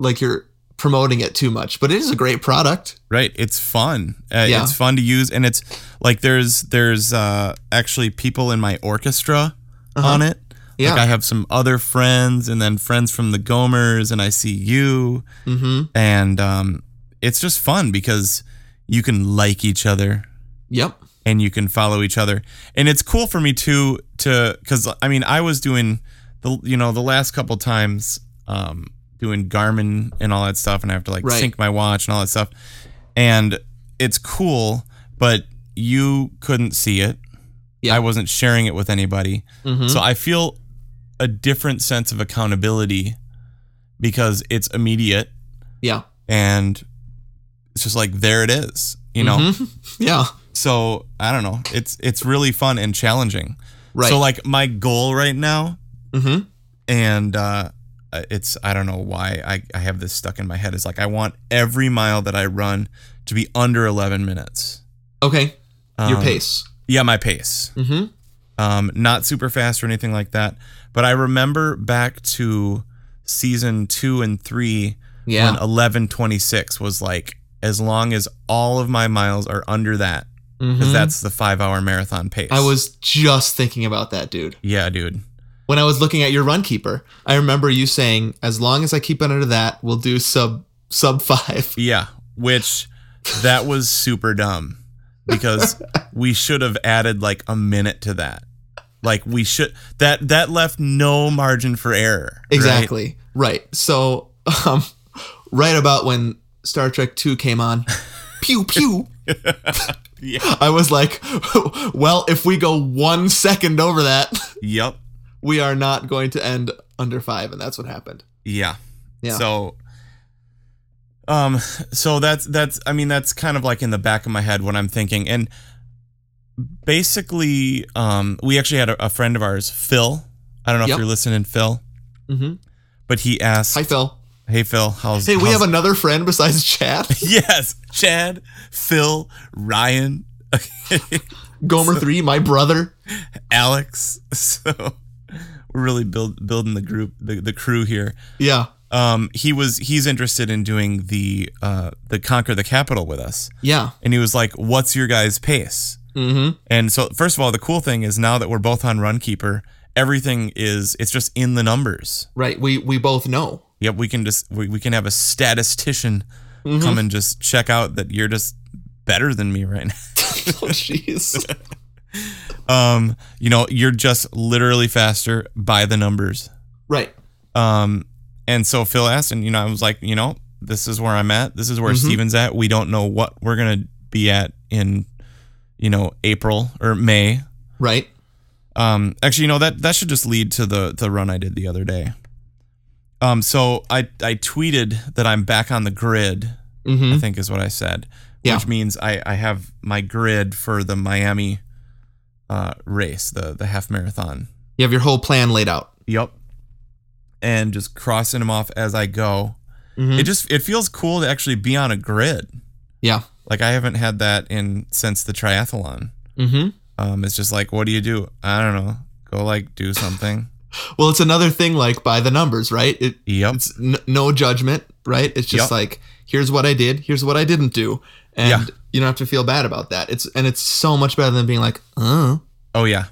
[SPEAKER 1] like you're promoting it too much, but it is a great product.
[SPEAKER 2] Right. It's fun. Uh,
[SPEAKER 1] Yeah.
[SPEAKER 2] It's fun to use, and it's like there's there's uh, actually people in my orchestra on it.
[SPEAKER 1] Uh-huh. Yeah.
[SPEAKER 2] Like I have some other friends, and then friends from the Gomers, and I see you,
[SPEAKER 1] Mm-hmm.
[SPEAKER 2] and um, it's just fun because you can like each other
[SPEAKER 1] Yep.
[SPEAKER 2] and you can follow each other, and it's cool for me too to because I mean I was doing the you know the last couple times um, doing Garmin and all that stuff, and I have to like
[SPEAKER 1] Right.
[SPEAKER 2] sync my watch and all that stuff and it's cool, but you couldn't see it.
[SPEAKER 1] Yeah.
[SPEAKER 2] I wasn't sharing it with anybody.
[SPEAKER 1] Mhm.
[SPEAKER 2] So I feel a different sense of accountability because it's immediate
[SPEAKER 1] Yeah.
[SPEAKER 2] and it's just like there it is, you know.
[SPEAKER 1] Mm-hmm. Yeah.
[SPEAKER 2] So, I don't know. It's it's really fun and challenging.
[SPEAKER 1] Right.
[SPEAKER 2] So like my goal right now
[SPEAKER 1] mm-hmm.
[SPEAKER 2] and uh it's I don't know why I, I have this stuck in my head is like I want every mile that I run to be under 11 minutes.
[SPEAKER 1] Okay. Your
[SPEAKER 2] Um,
[SPEAKER 1] pace.
[SPEAKER 2] Yeah, my pace.
[SPEAKER 1] Mm-hmm.
[SPEAKER 2] Um, not super fast or anything like that. But I remember back to season two and three
[SPEAKER 1] Yeah.
[SPEAKER 2] when uh, eleven twenty six was like as long as all of my miles are under that because
[SPEAKER 1] Mhm.
[SPEAKER 2] that's the five hour marathon pace.
[SPEAKER 1] I was just thinking about that, dude.
[SPEAKER 2] yeah, dude.
[SPEAKER 1] When I was looking at your run keeper, I remember you saying, "As long as I keep under that, we'll do sub sub five.
[SPEAKER 2] Yeah, which that was super dumb because we should have added like a minute to that. Like we should that that left no margin for error. right?
[SPEAKER 1] Exactly. Right. So, um, right about when Star Trek Two came on, pew pew.
[SPEAKER 2] Yeah.
[SPEAKER 1] I was like, well, if we go one second over that,
[SPEAKER 2] Yep.
[SPEAKER 1] we are not going to end under five, and that's what happened.
[SPEAKER 2] Yeah.
[SPEAKER 1] Yeah.
[SPEAKER 2] So um so that's that's I mean that's kind of like in the back of my head what I'm thinking and basically um we actually had a, a friend of ours Phil I don't know
[SPEAKER 1] Yep.
[SPEAKER 2] if you're listening Phil
[SPEAKER 1] Mm-hmm.
[SPEAKER 2] but he asked
[SPEAKER 1] Hi, Phil.
[SPEAKER 2] Hey Phil how's
[SPEAKER 1] Hey, we
[SPEAKER 2] how's-
[SPEAKER 1] have another friend besides Chad.
[SPEAKER 2] Yes Chad Phil Ryan
[SPEAKER 1] Gomer three, my brother.
[SPEAKER 2] Alex so we're really build, building the group the, the crew here
[SPEAKER 1] Yeah,
[SPEAKER 2] um he was he's interested in doing the uh the conquer the capital with us
[SPEAKER 1] yeah.
[SPEAKER 2] and he was like, "What's your guys' pace?"
[SPEAKER 1] Mm-hmm.
[SPEAKER 2] And so, first of all, the cool thing is now that we're both on Runkeeper, everything is it's just in the numbers.
[SPEAKER 1] Right. We we both know.
[SPEAKER 2] Yep, we can just we, we can have a statistician come and just check out that you're just better than me right now.
[SPEAKER 1] Oh, Jeez.
[SPEAKER 2] Um, you know, you're just literally faster by the numbers.
[SPEAKER 1] right.
[SPEAKER 2] Um, and so Phil asked, and you know, I was like, you know, this is where I'm at. This is
[SPEAKER 1] Mm-hmm.
[SPEAKER 2] where Steven's at. We don't know what we're gonna be at in, you know, April or May.
[SPEAKER 1] Right.
[SPEAKER 2] Um, actually, you know that that should just lead to the the run I did the other day. Um, so I I tweeted that I'm back on the grid.
[SPEAKER 1] Mm-hmm.
[SPEAKER 2] I think is what I said,
[SPEAKER 1] Yeah.
[SPEAKER 2] which means I, I have my grid for the Miami uh, race, the the half marathon.
[SPEAKER 1] You have your whole plan laid out.
[SPEAKER 2] Yep, and just crossing them off as I go.
[SPEAKER 1] Mhm.
[SPEAKER 2] It just it feels cool to actually be on a grid.
[SPEAKER 1] Yeah.
[SPEAKER 2] Like I haven't had that in since the triathlon.
[SPEAKER 1] hmm
[SPEAKER 2] Um, it's just like, what do you do? I don't know. Go like do something.
[SPEAKER 1] Well, it's another thing like by the numbers, right? It,
[SPEAKER 2] Yep.
[SPEAKER 1] it's n- no judgment, right? It's just
[SPEAKER 2] Yep.
[SPEAKER 1] like here's what I did, here's what I didn't do, and
[SPEAKER 2] Yeah.
[SPEAKER 1] you don't have to feel bad about that. It's and it's so much better than being like, oh,
[SPEAKER 2] Oh yeah,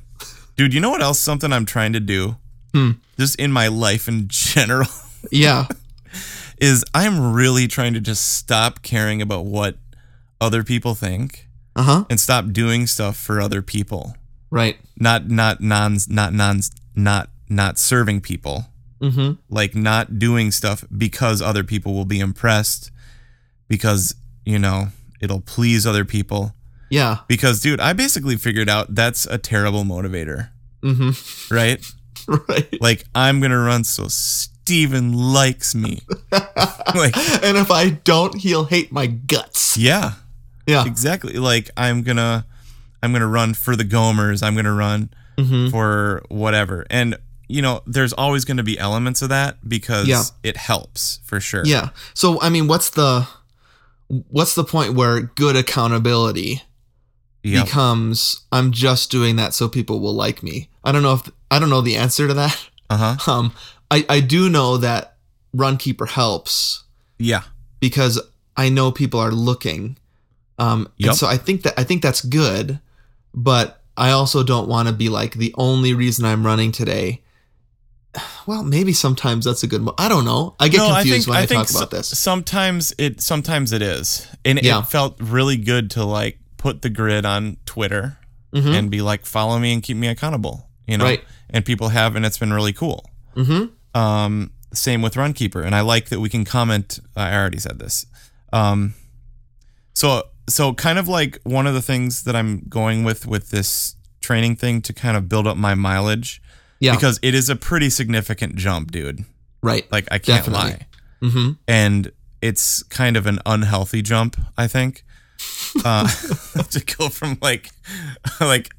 [SPEAKER 2] dude. You know what else? Something I'm trying to do,
[SPEAKER 1] Hmm.
[SPEAKER 2] just in my life in general,
[SPEAKER 1] yeah,
[SPEAKER 2] is I'm really trying to just stop caring about what other people think
[SPEAKER 1] uh huh,
[SPEAKER 2] and stop doing stuff for other people.
[SPEAKER 1] right,
[SPEAKER 2] Not not non not non not not serving people.
[SPEAKER 1] mm-hmm,
[SPEAKER 2] Like not doing stuff because other people will be impressed, because you know it'll please other people.
[SPEAKER 1] yeah,
[SPEAKER 2] Because dude, I basically figured out that's a terrible motivator,
[SPEAKER 1] mm-hmm,
[SPEAKER 2] right?
[SPEAKER 1] right.
[SPEAKER 2] like I'm gonna run so Steven likes me. like
[SPEAKER 1] and if I don't, he'll hate my guts.
[SPEAKER 2] yeah,
[SPEAKER 1] Yeah,
[SPEAKER 2] exactly. Like I'm gonna I'm gonna run for the Gomers. I'm gonna run
[SPEAKER 1] mm-hmm,
[SPEAKER 2] for whatever. And you know, there's always gonna be elements of that because
[SPEAKER 1] Yeah.
[SPEAKER 2] it helps for sure.
[SPEAKER 1] yeah. So I mean, what's the what's the point where good accountability
[SPEAKER 2] Yep.
[SPEAKER 1] becomes I'm just doing that so people will like me? I don't know if I don't know the answer to that.
[SPEAKER 2] uh-huh.
[SPEAKER 1] Um, I, I do know that Runkeeper helps
[SPEAKER 2] Yeah.
[SPEAKER 1] because I know people are looking. Um,
[SPEAKER 2] Yep.
[SPEAKER 1] and so I think that I think that's good, but I also don't want to be like the only reason I'm running today. Well, maybe sometimes that's a good. Mo- I don't know. I get confused when I, talk about
[SPEAKER 2] so-
[SPEAKER 1] this.
[SPEAKER 2] Sometimes it sometimes it is. And
[SPEAKER 1] Yeah.
[SPEAKER 2] it felt really good to like put the grid on Twitter
[SPEAKER 1] Mhm.
[SPEAKER 2] and be like, follow me and keep me accountable. You know?
[SPEAKER 1] Right.
[SPEAKER 2] And people have and it's been really cool.
[SPEAKER 1] Mm-hmm.
[SPEAKER 2] Um, same with Runkeeper. And I like that we can comment uh, I already said this. Um so so kind of like one of the things that I'm going with with this training thing to kind of build up my mileage
[SPEAKER 1] Yeah.
[SPEAKER 2] because it is a pretty significant jump, dude.
[SPEAKER 1] right.
[SPEAKER 2] Like I can't
[SPEAKER 1] Definitely.
[SPEAKER 2] lie
[SPEAKER 1] mm-hmm.
[SPEAKER 2] and it's kind of an unhealthy jump, I think. Uh, to go from like like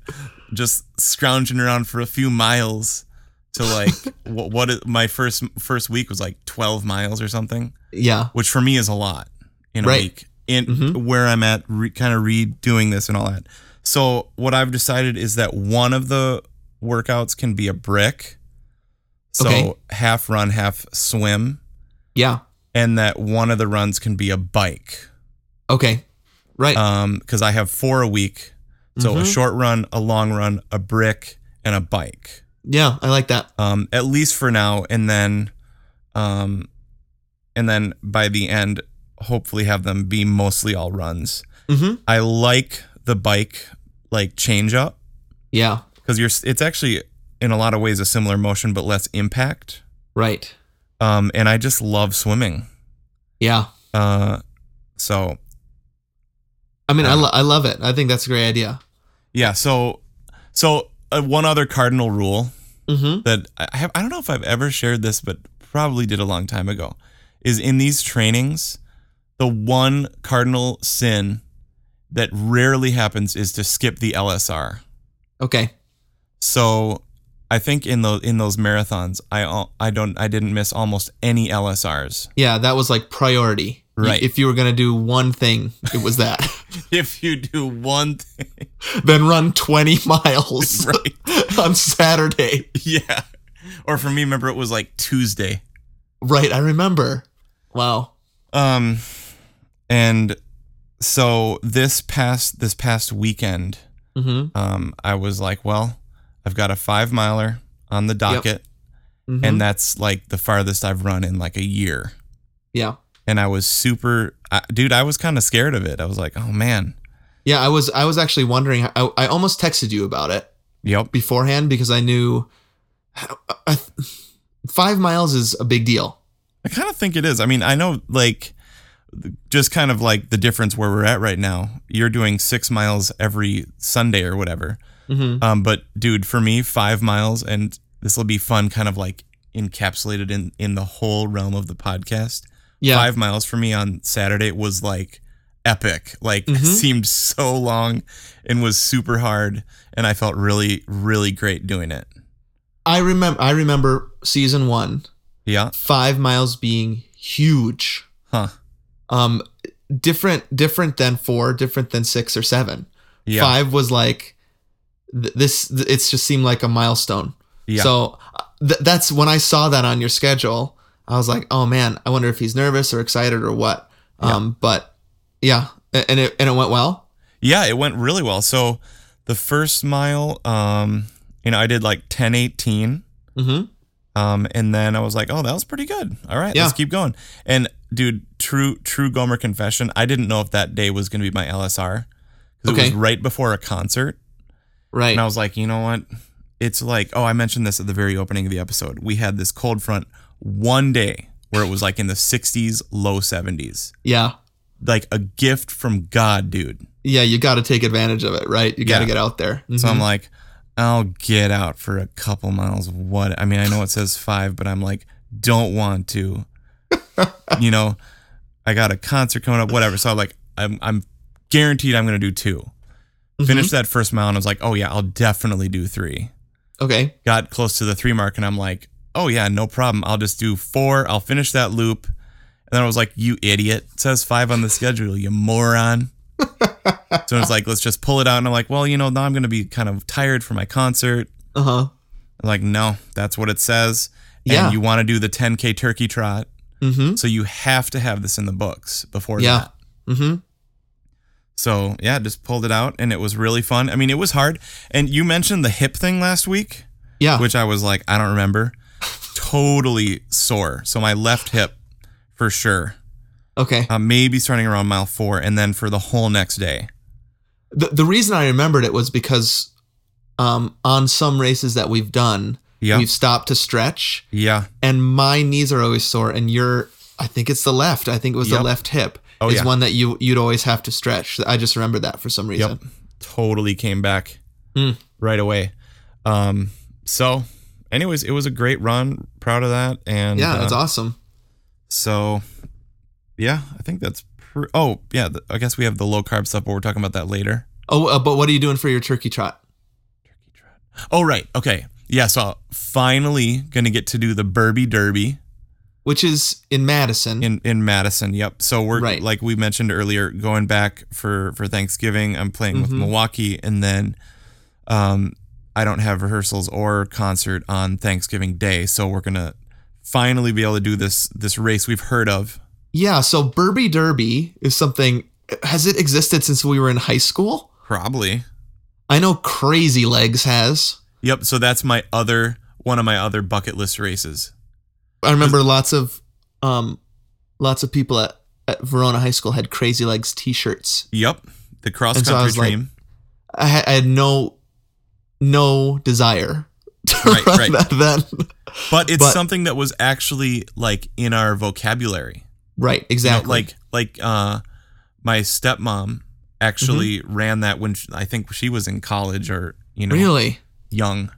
[SPEAKER 2] just scrounging around for a few miles to like what, what is, my first first week was like 12 miles or something,
[SPEAKER 1] Yeah.
[SPEAKER 2] which for me is a lot in a
[SPEAKER 1] Right.
[SPEAKER 2] week. And
[SPEAKER 1] Mhm.
[SPEAKER 2] where I'm at re, kind of redoing this and all that. So what I've decided is that one of the workouts can be a brick. So
[SPEAKER 1] Okay.
[SPEAKER 2] half run, half swim
[SPEAKER 1] Yeah.
[SPEAKER 2] and that one of the runs can be a bike.
[SPEAKER 1] Okay. Right.
[SPEAKER 2] Um, because I have four a week, so a
[SPEAKER 1] Mhm.
[SPEAKER 2] short run, a long run, a brick, and a bike.
[SPEAKER 1] yeah. I like that.
[SPEAKER 2] Um, at least for now, and then, um, and then by the end, hopefully have them be mostly all runs.
[SPEAKER 1] Mm-hmm.
[SPEAKER 2] I like the bike like change up
[SPEAKER 1] Yeah.
[SPEAKER 2] because you're it's actually in a lot of ways a similar motion but less impact.
[SPEAKER 1] Right.
[SPEAKER 2] Um, and I just love swimming.
[SPEAKER 1] Yeah.
[SPEAKER 2] Uh, so
[SPEAKER 1] I
[SPEAKER 2] Uh.
[SPEAKER 1] mean, I, lo- I love it. I think that's a great idea.
[SPEAKER 2] Yeah. So, so uh, one other cardinal rule
[SPEAKER 1] Mm-hmm.
[SPEAKER 2] that I I have, I don't know if I've ever shared this, but probably did a long time ago, is in these trainings, the one cardinal sin that rarely happens is to skip the LSR.
[SPEAKER 1] Okay.
[SPEAKER 2] So, I think in those in those marathons, I al- I don't I didn't miss almost any LSRs.
[SPEAKER 1] Yeah, that was like priority. Y-
[SPEAKER 2] Right.
[SPEAKER 1] If you were gonna do one thing, it was that.
[SPEAKER 2] If you do one thing,
[SPEAKER 1] then run twenty miles
[SPEAKER 2] right?
[SPEAKER 1] on Saturday.
[SPEAKER 2] Yeah. Or for me, remember it was like Tuesday.
[SPEAKER 1] Right, I remember. Wow.
[SPEAKER 2] Um, and so this past this past weekend,
[SPEAKER 1] Mm-hmm.
[SPEAKER 2] um, I was like, well, I've got a five miler on the docket,
[SPEAKER 1] mm-hmm.
[SPEAKER 2] and that's like the farthest I've run in like a year.
[SPEAKER 1] yeah,
[SPEAKER 2] And I was super, I, dude. I was kind of scared of it. I was like, oh man,
[SPEAKER 1] yeah. I was I was actually wondering. I, I almost texted you about it
[SPEAKER 2] yep,
[SPEAKER 1] beforehand because I knew I, five miles is a big deal.
[SPEAKER 2] I kind of think it is. I mean, I know like just kind of like the difference where we're at right now. You're doing six miles every Sunday or whatever.
[SPEAKER 1] Mm-hmm.
[SPEAKER 2] Um, but dude, for me, five miles, and this will be fun, kind of like encapsulated in in the whole realm of the podcast.
[SPEAKER 1] Yeah,
[SPEAKER 2] Five miles for me on Saturday was like epic. Like
[SPEAKER 1] Mhm.
[SPEAKER 2] seemed so long and was super hard, and I felt really, really great doing it.
[SPEAKER 1] I remember I remember season one,
[SPEAKER 2] Yeah.
[SPEAKER 1] five miles being huge.
[SPEAKER 2] Huh.
[SPEAKER 1] Um different different than four, different than six or seven.
[SPEAKER 2] Yeah.
[SPEAKER 1] Five was like th- this th- it's just seemed like a milestone.
[SPEAKER 2] Yeah.
[SPEAKER 1] So uh, th- that's when I saw that on your schedule. I was like, oh man, I wonder if he's nervous or excited or what. Um, but yeah, a- and it and it went well.
[SPEAKER 2] Yeah, it went really well. So the first mile, um, you know, I did like 1018.
[SPEAKER 1] hmm
[SPEAKER 2] Um, and then I was like, oh, that was pretty good. All right,
[SPEAKER 1] Yeah.
[SPEAKER 2] let's keep going. And dude, true, true Gomer confession. I didn't know if that day was going to be my LSR because it
[SPEAKER 1] Okay.
[SPEAKER 2] was right before a concert.
[SPEAKER 1] Right.
[SPEAKER 2] And I was like, you know what? It's like, oh, I mentioned this at the very opening of the episode. We had this cold front one day where it was like in the 60s, low 70s,
[SPEAKER 1] yeah.
[SPEAKER 2] like a gift from God, dude.
[SPEAKER 1] Yeah. You got to take advantage of it, right? You got to
[SPEAKER 2] Yeah.
[SPEAKER 1] get out there.
[SPEAKER 2] So
[SPEAKER 1] Mhm.
[SPEAKER 2] I'm like, I'll get out for a couple miles. What? I mean, I know it says five, but I'm like, don't want to. you know, I got a concert coming up, whatever. So I'm like, I'm, I'm guaranteed I'm going to do 2
[SPEAKER 1] Mhm.
[SPEAKER 2] Finished that first mile and I was like, oh, yeah, I'll definitely do three.
[SPEAKER 1] Mm-hmm. Okay.
[SPEAKER 2] Got close to the three mark and I'm like, oh, yeah, no problem. I'll just do four. I'll finish that loop. And then I was like, you idiot. It says five on the schedule, you moron. so it's like, let's just pull it out. And I'm like, well, you know, now I'm going to be kind of tired for my concert.
[SPEAKER 1] Uh huh.
[SPEAKER 2] I'm like, no, that's what it says. And
[SPEAKER 1] Yeah.
[SPEAKER 2] you want to do the 10K turkey trot.
[SPEAKER 1] Mm-hmm.
[SPEAKER 2] So you have to have this in the books before
[SPEAKER 1] Yeah.
[SPEAKER 2] that.
[SPEAKER 1] Mm-hmm.
[SPEAKER 2] So yeah, just pulled it out and it was really fun. I mean, it was hard. And you mentioned the hip thing last week,
[SPEAKER 1] Yeah.
[SPEAKER 2] which I was like, I don't remember. totally sore. So my left hip for sure.
[SPEAKER 1] okay.
[SPEAKER 2] Uh, maybe starting around mile four and then for the whole next day.
[SPEAKER 1] the the reason I remembered it was because um, on some races that we've done,
[SPEAKER 2] Yeah.
[SPEAKER 1] we've stopped to stretch,
[SPEAKER 2] Yeah.
[SPEAKER 1] and my knees are always sore, and your I think it's the left. I think it was
[SPEAKER 2] Yep.
[SPEAKER 1] the left hip.
[SPEAKER 2] Oh,
[SPEAKER 1] is
[SPEAKER 2] yeah.
[SPEAKER 1] one that you you'd always have to stretch. I just remembered that for some reason.
[SPEAKER 2] Yep. Totally came back
[SPEAKER 1] Mm.
[SPEAKER 2] right away. Um, so, anyways, it was a great run. Proud of that. And
[SPEAKER 1] Yeah,
[SPEAKER 2] uh,
[SPEAKER 1] that's awesome.
[SPEAKER 2] So, yeah, I think that's. Pr- oh, yeah. th I guess we have the low carb stuff, but we're talking about that later.
[SPEAKER 1] Oh, uh, but what are you doing for your turkey trot?
[SPEAKER 2] Oh, right. Okay. Yeah. So, finally, gonna get to do the Burby Derby
[SPEAKER 1] Which is in Madison.
[SPEAKER 2] in in Madison. Yep. So we're
[SPEAKER 1] Mm-hmm. Right.
[SPEAKER 2] like we mentioned earlier, going back for for Thanksgiving. I'm playing with
[SPEAKER 1] Mhm.
[SPEAKER 2] Milwaukee, and then, um, I don't have rehearsals or concert on Thanksgiving Day, so we're gonna finally be able to do this this race we've heard of.
[SPEAKER 1] yeah, so Burby Derby is something. Has it existed since we were in high school?
[SPEAKER 2] Probably.
[SPEAKER 1] I know Crazy Legs has.
[SPEAKER 2] Yep. So that's my other one of my other bucket list races.
[SPEAKER 1] I remember lots of um lots of people at, at Verona High School had crazy legs t-shirts.
[SPEAKER 2] Yep. The cross
[SPEAKER 1] And so I
[SPEAKER 2] country
[SPEAKER 1] was like,
[SPEAKER 2] dream.
[SPEAKER 1] I had, I had no no desire to
[SPEAKER 2] Right,
[SPEAKER 1] run
[SPEAKER 2] right.
[SPEAKER 1] that then.
[SPEAKER 2] but it's
[SPEAKER 1] but-
[SPEAKER 2] something that was actually like in our vocabulary.
[SPEAKER 1] Right,
[SPEAKER 2] You know,
[SPEAKER 1] exactly.
[SPEAKER 2] like like uh my stepmom actually ran that when she, I think she was in college or you know
[SPEAKER 1] Mm-hmm. really?
[SPEAKER 2] young.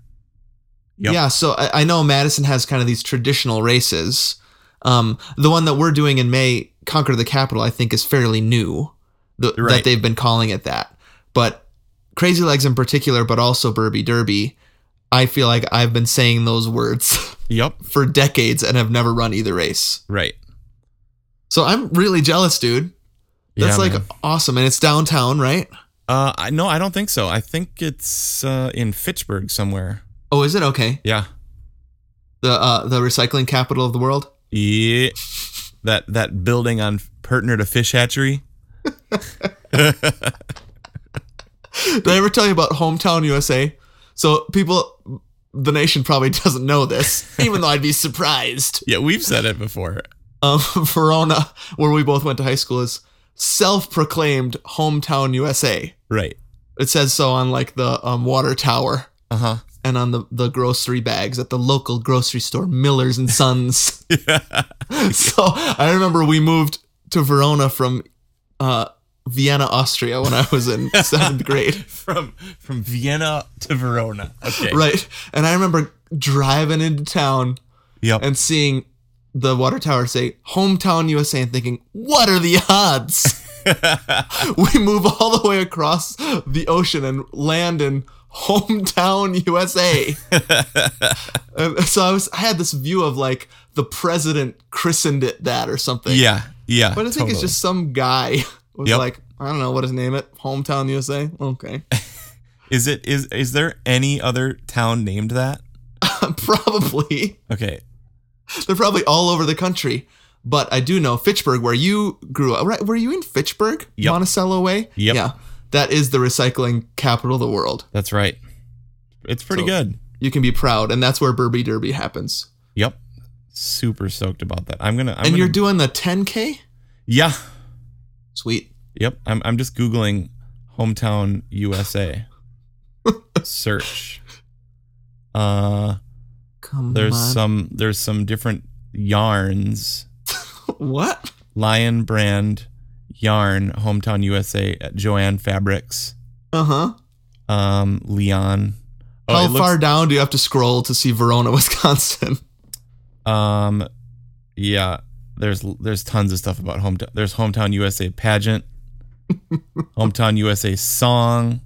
[SPEAKER 2] Yep.
[SPEAKER 1] Yeah, so I, I know Madison has kind of these traditional races. Um the one that we're doing in May, Conquer the Capital, I think is fairly new. th-
[SPEAKER 2] Right.
[SPEAKER 1] That they've been calling it that. But Crazy Legs in particular, but also Burby Derby, I feel like I've been saying those words.
[SPEAKER 2] Yep.
[SPEAKER 1] for decades and have never run either race.
[SPEAKER 2] Right.
[SPEAKER 1] So I'm really jealous, dude. That's
[SPEAKER 2] Yeah,
[SPEAKER 1] like
[SPEAKER 2] man.
[SPEAKER 1] awesome. And it's downtown, right?
[SPEAKER 2] uh I no, I don't think so. I think it's uh in Fitchburg somewhere.
[SPEAKER 1] Oh, is it okay?
[SPEAKER 2] Yeah.
[SPEAKER 1] The uh, the recycling capital of the world.
[SPEAKER 2] Yeah. That that building on Pertner to Fish Hatchery.
[SPEAKER 1] Did I ever tell you about hometown USA? So people, the nation probably doesn't know this, even though I'd be surprised.
[SPEAKER 2] Yeah, we've said it before.
[SPEAKER 1] Um, Verona, where we both went to high school, is self-proclaimed hometown USA.
[SPEAKER 2] Right.
[SPEAKER 1] It says so on like the um, water tower
[SPEAKER 2] Uh huh.
[SPEAKER 1] and on the, the grocery bags at the local grocery store, Miller's and Sons. so I remember we moved to Verona from uh, Vienna, Austria when I was in seventh grade.
[SPEAKER 2] from from Vienna to Verona. Okay.
[SPEAKER 1] Right. And I remember driving into town
[SPEAKER 2] Yep.
[SPEAKER 1] and seeing the water tower say hometown USA and thinking, what are the odds? we move all the way across the ocean and land in hometown USA. And so I was I had this view of like the president christened it that or something.
[SPEAKER 2] yeah, yeah.
[SPEAKER 1] But I think it's
[SPEAKER 2] totally.
[SPEAKER 1] just some guy was
[SPEAKER 2] Yep.
[SPEAKER 1] like, I don't know what his name it. Hometown USA. Okay.
[SPEAKER 2] Is it is is there any other town named that?
[SPEAKER 1] probably.
[SPEAKER 2] Okay.
[SPEAKER 1] They're probably all over the country. But I do know Fitchburg, where you grew up. Right? Were you in Fitchburg?
[SPEAKER 2] Yep.
[SPEAKER 1] Monticello way?
[SPEAKER 2] Yep.
[SPEAKER 1] Yeah. That is the recycling capital of the world.
[SPEAKER 2] That's right. It's pretty
[SPEAKER 1] So-
[SPEAKER 2] good.
[SPEAKER 1] You can be proud. And that's where Burby Derby happens.
[SPEAKER 2] Yep. Super stoked about that. I'm gonna. I'm
[SPEAKER 1] and
[SPEAKER 2] gonna,
[SPEAKER 1] you're doing the 10K?
[SPEAKER 2] Yeah.
[SPEAKER 1] Sweet.
[SPEAKER 2] Yep. I'm. I'm just googling hometown USA search. Uh,
[SPEAKER 1] Come
[SPEAKER 2] there's
[SPEAKER 1] on.
[SPEAKER 2] some. There's some different yarns.
[SPEAKER 1] What?
[SPEAKER 2] Lion brand yarn hometown USA at Joanne Fabrics.
[SPEAKER 1] Uh huh.
[SPEAKER 2] Um, Leon. Oh,
[SPEAKER 1] How
[SPEAKER 2] it looks-
[SPEAKER 1] far down do you have to scroll to see Verona, Wisconsin?
[SPEAKER 2] Um, yeah, there's there's tons of stuff about hometown. There's hometown USA pageant, hometown USA song.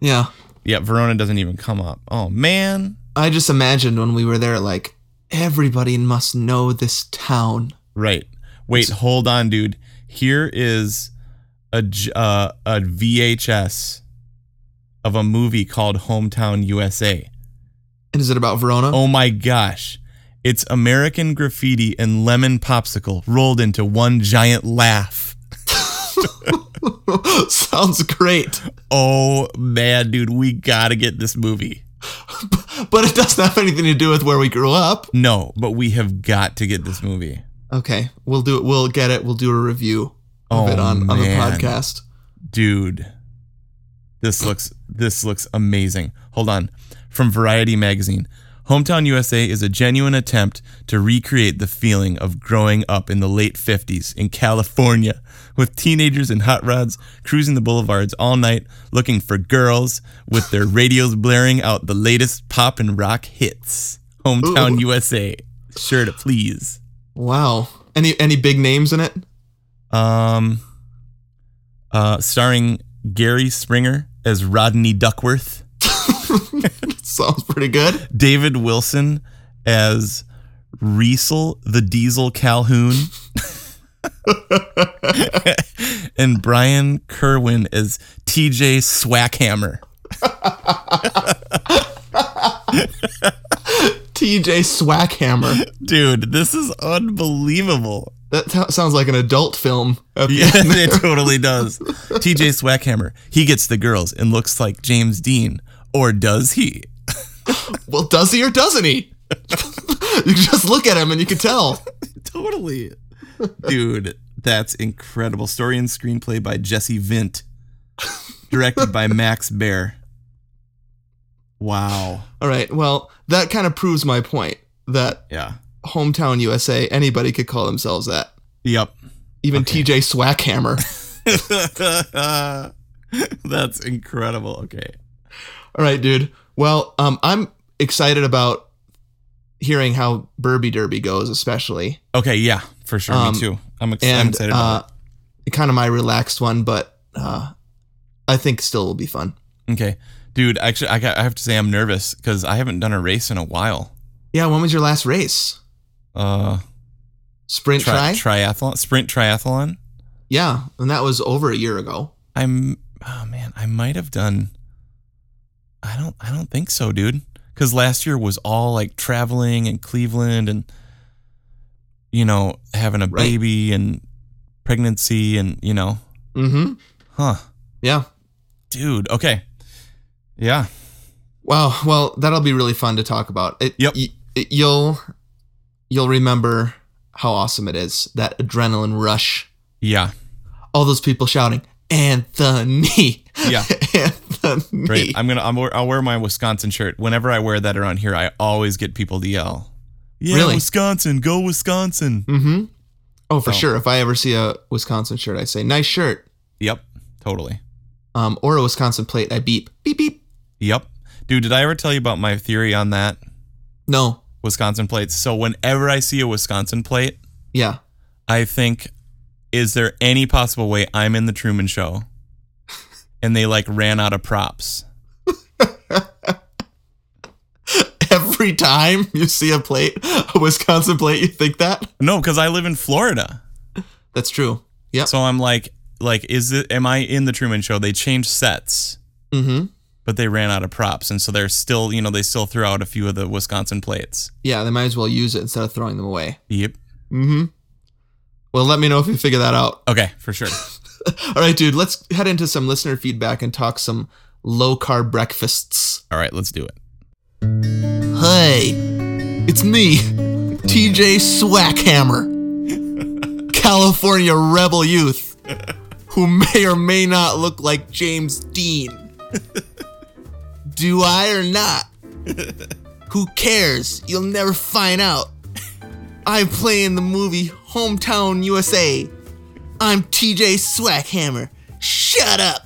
[SPEAKER 1] yeah.
[SPEAKER 2] Yeah, Verona doesn't even come up. Oh man,
[SPEAKER 1] I just imagined when we were there, like, everybody must know this town.
[SPEAKER 2] right. Wait, hold on, dude. Here is a j- uh, a VHS of a movie called Hometown USA.
[SPEAKER 1] And is it about Verona?
[SPEAKER 2] Oh my gosh. It's American graffiti and lemon popsicle rolled into one giant laugh.
[SPEAKER 1] Sounds great.
[SPEAKER 2] Oh man, dude, we gotta get this movie.
[SPEAKER 1] But it doesn't have anything to do with where we grew up.
[SPEAKER 2] No, but we have got to get this movie.
[SPEAKER 1] Okay. We'll do it. We'll get it. We'll do a review of
[SPEAKER 2] Oh,
[SPEAKER 1] it on, on the
[SPEAKER 2] man.
[SPEAKER 1] podcast.
[SPEAKER 2] Dude. This looks this looks amazing. Hold on. From Variety magazine. Hometown USA is a genuine attempt to recreate the feeling of growing up in the late 50s in California with teenagers in hot rods cruising the boulevards all night looking for girls with their radios blaring out the latest pop and rock hits. Hometown USA. Sure to please.
[SPEAKER 1] Wow. Any any big names in it?
[SPEAKER 2] Um, uh, starring Gary Springer as Rodney Duckworth,
[SPEAKER 1] Sounds pretty good.
[SPEAKER 2] David Wilson as Riesel the Diesel Calhoun, and Brian Kerwin as TJ Swackhammer.
[SPEAKER 1] TJ Swackhammer.
[SPEAKER 2] Dude, this is unbelievable.
[SPEAKER 1] That t- sounds like an adult film. at the
[SPEAKER 2] Yeah,
[SPEAKER 1] end.
[SPEAKER 2] it totally does. TJ Swackhammer, he gets the girls and looks like James Dean, or does he?
[SPEAKER 1] Well, does he or doesn't he? you can just look at him and you can tell.
[SPEAKER 2] totally. Dude, that's incredible. Story and screenplay by Jesse Vint, directed by Max Bear. Wow.
[SPEAKER 1] All right. Well, that kind of proves my point that
[SPEAKER 2] Yeah.
[SPEAKER 1] hometown USA, anybody could call themselves that.
[SPEAKER 2] Yep.
[SPEAKER 1] Even TJ Swackhammer.
[SPEAKER 2] that's incredible. Okay.
[SPEAKER 1] All right, dude. Well, um, I'm excited about hearing how Burby Derby goes, especially.
[SPEAKER 2] Okay. Yeah, for sure.
[SPEAKER 1] Um,
[SPEAKER 2] Me too. I'm, ex- I'm
[SPEAKER 1] And
[SPEAKER 2] excited
[SPEAKER 1] uh,
[SPEAKER 2] about
[SPEAKER 1] kind of my relaxed one, but uh, I think still will be fun.
[SPEAKER 2] it. Okay. Dude, actually, I, got, I have to say I'm nervous because I haven't done a race in a while.
[SPEAKER 1] Yeah. When was your last race?
[SPEAKER 2] Uh,
[SPEAKER 1] Sprint try?
[SPEAKER 2] tri- triathlon, sprint triathlon.
[SPEAKER 1] yeah. And that was over a year ago.
[SPEAKER 2] I'm oh man, I might have done I don't I don't think so, dude. Cuz last year was all like traveling and Cleveland and you know, having a
[SPEAKER 1] Right.
[SPEAKER 2] baby and pregnancy and you know.
[SPEAKER 1] Mm hmm.
[SPEAKER 2] Huh.
[SPEAKER 1] Yeah.
[SPEAKER 2] Dude, okay. Yeah.
[SPEAKER 1] Wow. Well, that'll be really fun to talk about. It,
[SPEAKER 2] Yep.
[SPEAKER 1] y- it- you'll you'll remember how awesome it is that adrenaline rush.
[SPEAKER 2] Yeah.
[SPEAKER 1] All those people shouting Anthony.
[SPEAKER 2] Yeah.
[SPEAKER 1] Anthony.
[SPEAKER 2] Great. I'm going to I'll wear- I'll wear my Wisconsin shirt. Whenever I wear that around here, I always get people to yell. Yeah,
[SPEAKER 1] Really?
[SPEAKER 2] Wisconsin, go Wisconsin.
[SPEAKER 1] mm-hmm. Oh, for
[SPEAKER 2] Oh.
[SPEAKER 1] sure. If I ever see a Wisconsin shirt, I say nice shirt.
[SPEAKER 2] Yep. Totally.
[SPEAKER 1] Um, or a Wisconsin plate, I beep beep beep.
[SPEAKER 2] Yep. Dude, did I ever tell you about my theory on that?
[SPEAKER 1] No.
[SPEAKER 2] Wisconsin plates. So whenever I see a Wisconsin plate,
[SPEAKER 1] Yeah.
[SPEAKER 2] I think is there any possible way I'm in the Truman Show? And they like ran out of props.
[SPEAKER 1] Every time you see a plate, a Wisconsin plate, you think that?
[SPEAKER 2] No, because I live in Florida.
[SPEAKER 1] That's true. Yep.
[SPEAKER 2] So I'm like, like, is it? Am I in the Truman Show? They changed sets,
[SPEAKER 1] mm-hmm.
[SPEAKER 2] but they ran out of props, and so they're still, you know, they still threw out a few of the Wisconsin plates.
[SPEAKER 1] Yeah, they might as well use it instead of throwing them away.
[SPEAKER 2] Yep.
[SPEAKER 1] Mm-hmm. Well, let me know if you figure that out.
[SPEAKER 2] Okay, for sure.
[SPEAKER 1] All right, dude, let's head into some listener feedback and talk some low carb breakfasts.
[SPEAKER 2] All right, let's do it.
[SPEAKER 1] Hey, it's me, TJ Swackhammer, California rebel youth, who may or may not look like James Dean. Do I or not? Who cares? You'll never find out. I play in the movie Hometown USA. I'm TJ Swackhammer. Shut up.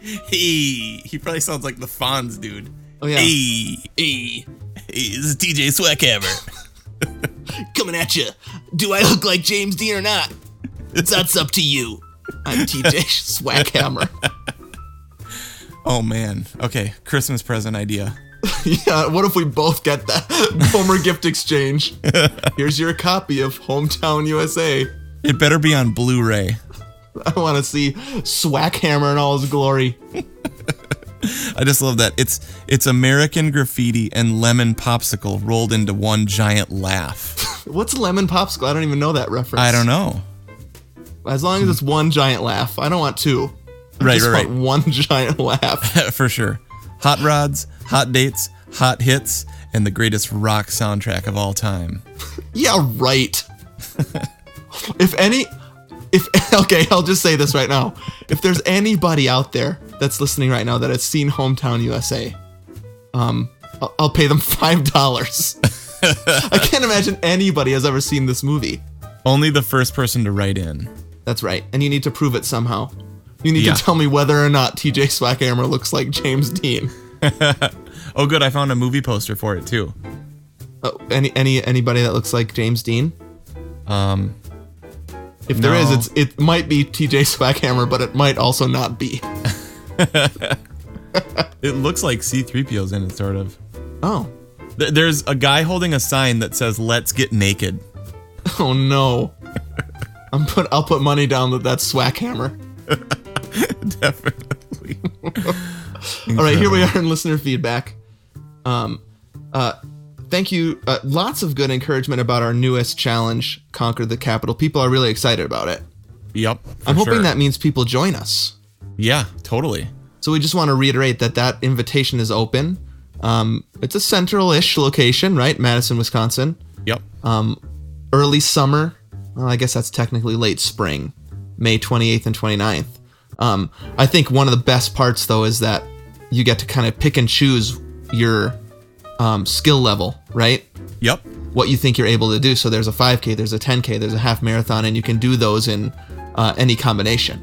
[SPEAKER 2] Hey, he probably sounds like the Fonz dude.
[SPEAKER 1] Oh, yeah.
[SPEAKER 2] Hey, hey, hey, this is DJ Swackhammer.
[SPEAKER 1] coming at you. Do I look like James Dean or not? That's up to you. I'm TJ Swackhammer.
[SPEAKER 2] oh man. Okay, Christmas present idea.
[SPEAKER 1] yeah, what if we both get that Homer gift exchange? Here's your copy of Hometown USA.
[SPEAKER 2] It better be on Blu-ray.
[SPEAKER 1] I want to see Swackhammer in all his glory.
[SPEAKER 2] I just love that. It's it's American graffiti and lemon popsicle rolled into one giant laugh.
[SPEAKER 1] What's lemon popsicle? I don't even know that reference.
[SPEAKER 2] I don't know.
[SPEAKER 1] know. As long as it's one giant laugh, I don't want two. I
[SPEAKER 2] Right,
[SPEAKER 1] just
[SPEAKER 2] right, right.
[SPEAKER 1] want one giant laugh.
[SPEAKER 2] For sure. Hot rods, hot dates, hot hits, and the greatest rock soundtrack of all time.
[SPEAKER 1] Yeah, right. if any, if okay, I'll just say this right now. If there's anybody out there that's listening right now that has seen Hometown USA, um, I'll, I'll pay them five dollars. I can't imagine anybody has ever seen this movie.
[SPEAKER 2] Only the first person to write in.
[SPEAKER 1] That's right, and you need to prove it somehow. You need
[SPEAKER 2] Yeah.
[SPEAKER 1] to tell me whether or not T.J. Swackhammer looks like James Dean.
[SPEAKER 2] Oh good, I found a movie poster for it too.
[SPEAKER 1] Oh, any any anybody that looks like James Dean?
[SPEAKER 2] Um
[SPEAKER 1] If there is,
[SPEAKER 2] No.
[SPEAKER 1] it's it might be T.J. Swackhammer, but it might also not be.
[SPEAKER 2] it looks like C3PO's in it sort of.
[SPEAKER 1] Oh,
[SPEAKER 2] Th- There's a guy holding a sign that says "Let's get naked."
[SPEAKER 1] Oh no. I'm put. I'll put money down that that's Swackhammer.
[SPEAKER 2] Definitely.
[SPEAKER 1] All right, here we are in listener feedback. Um, uh, thank you. Uh, lots of good encouragement about our newest challenge, conquer the capital. People are really excited about it.
[SPEAKER 2] Yep. for
[SPEAKER 1] I'm hoping
[SPEAKER 2] sure.
[SPEAKER 1] that means people join us.
[SPEAKER 2] Yeah, totally.
[SPEAKER 1] So we just want to reiterate that that invitation is open. Um, it's a central-ish location, right? Madison, Wisconsin.
[SPEAKER 2] Yep.
[SPEAKER 1] early summer. Well, I guess that's technically late spring, May 28th and 29th. Um, I think one of the best parts, though, is that you get to kind of pick and choose your um, skill level, right?
[SPEAKER 2] yep.
[SPEAKER 1] What you think you're able to do. So there's a 5K, there's a 10K, there's a half marathon, and you can do those in uh, any combination.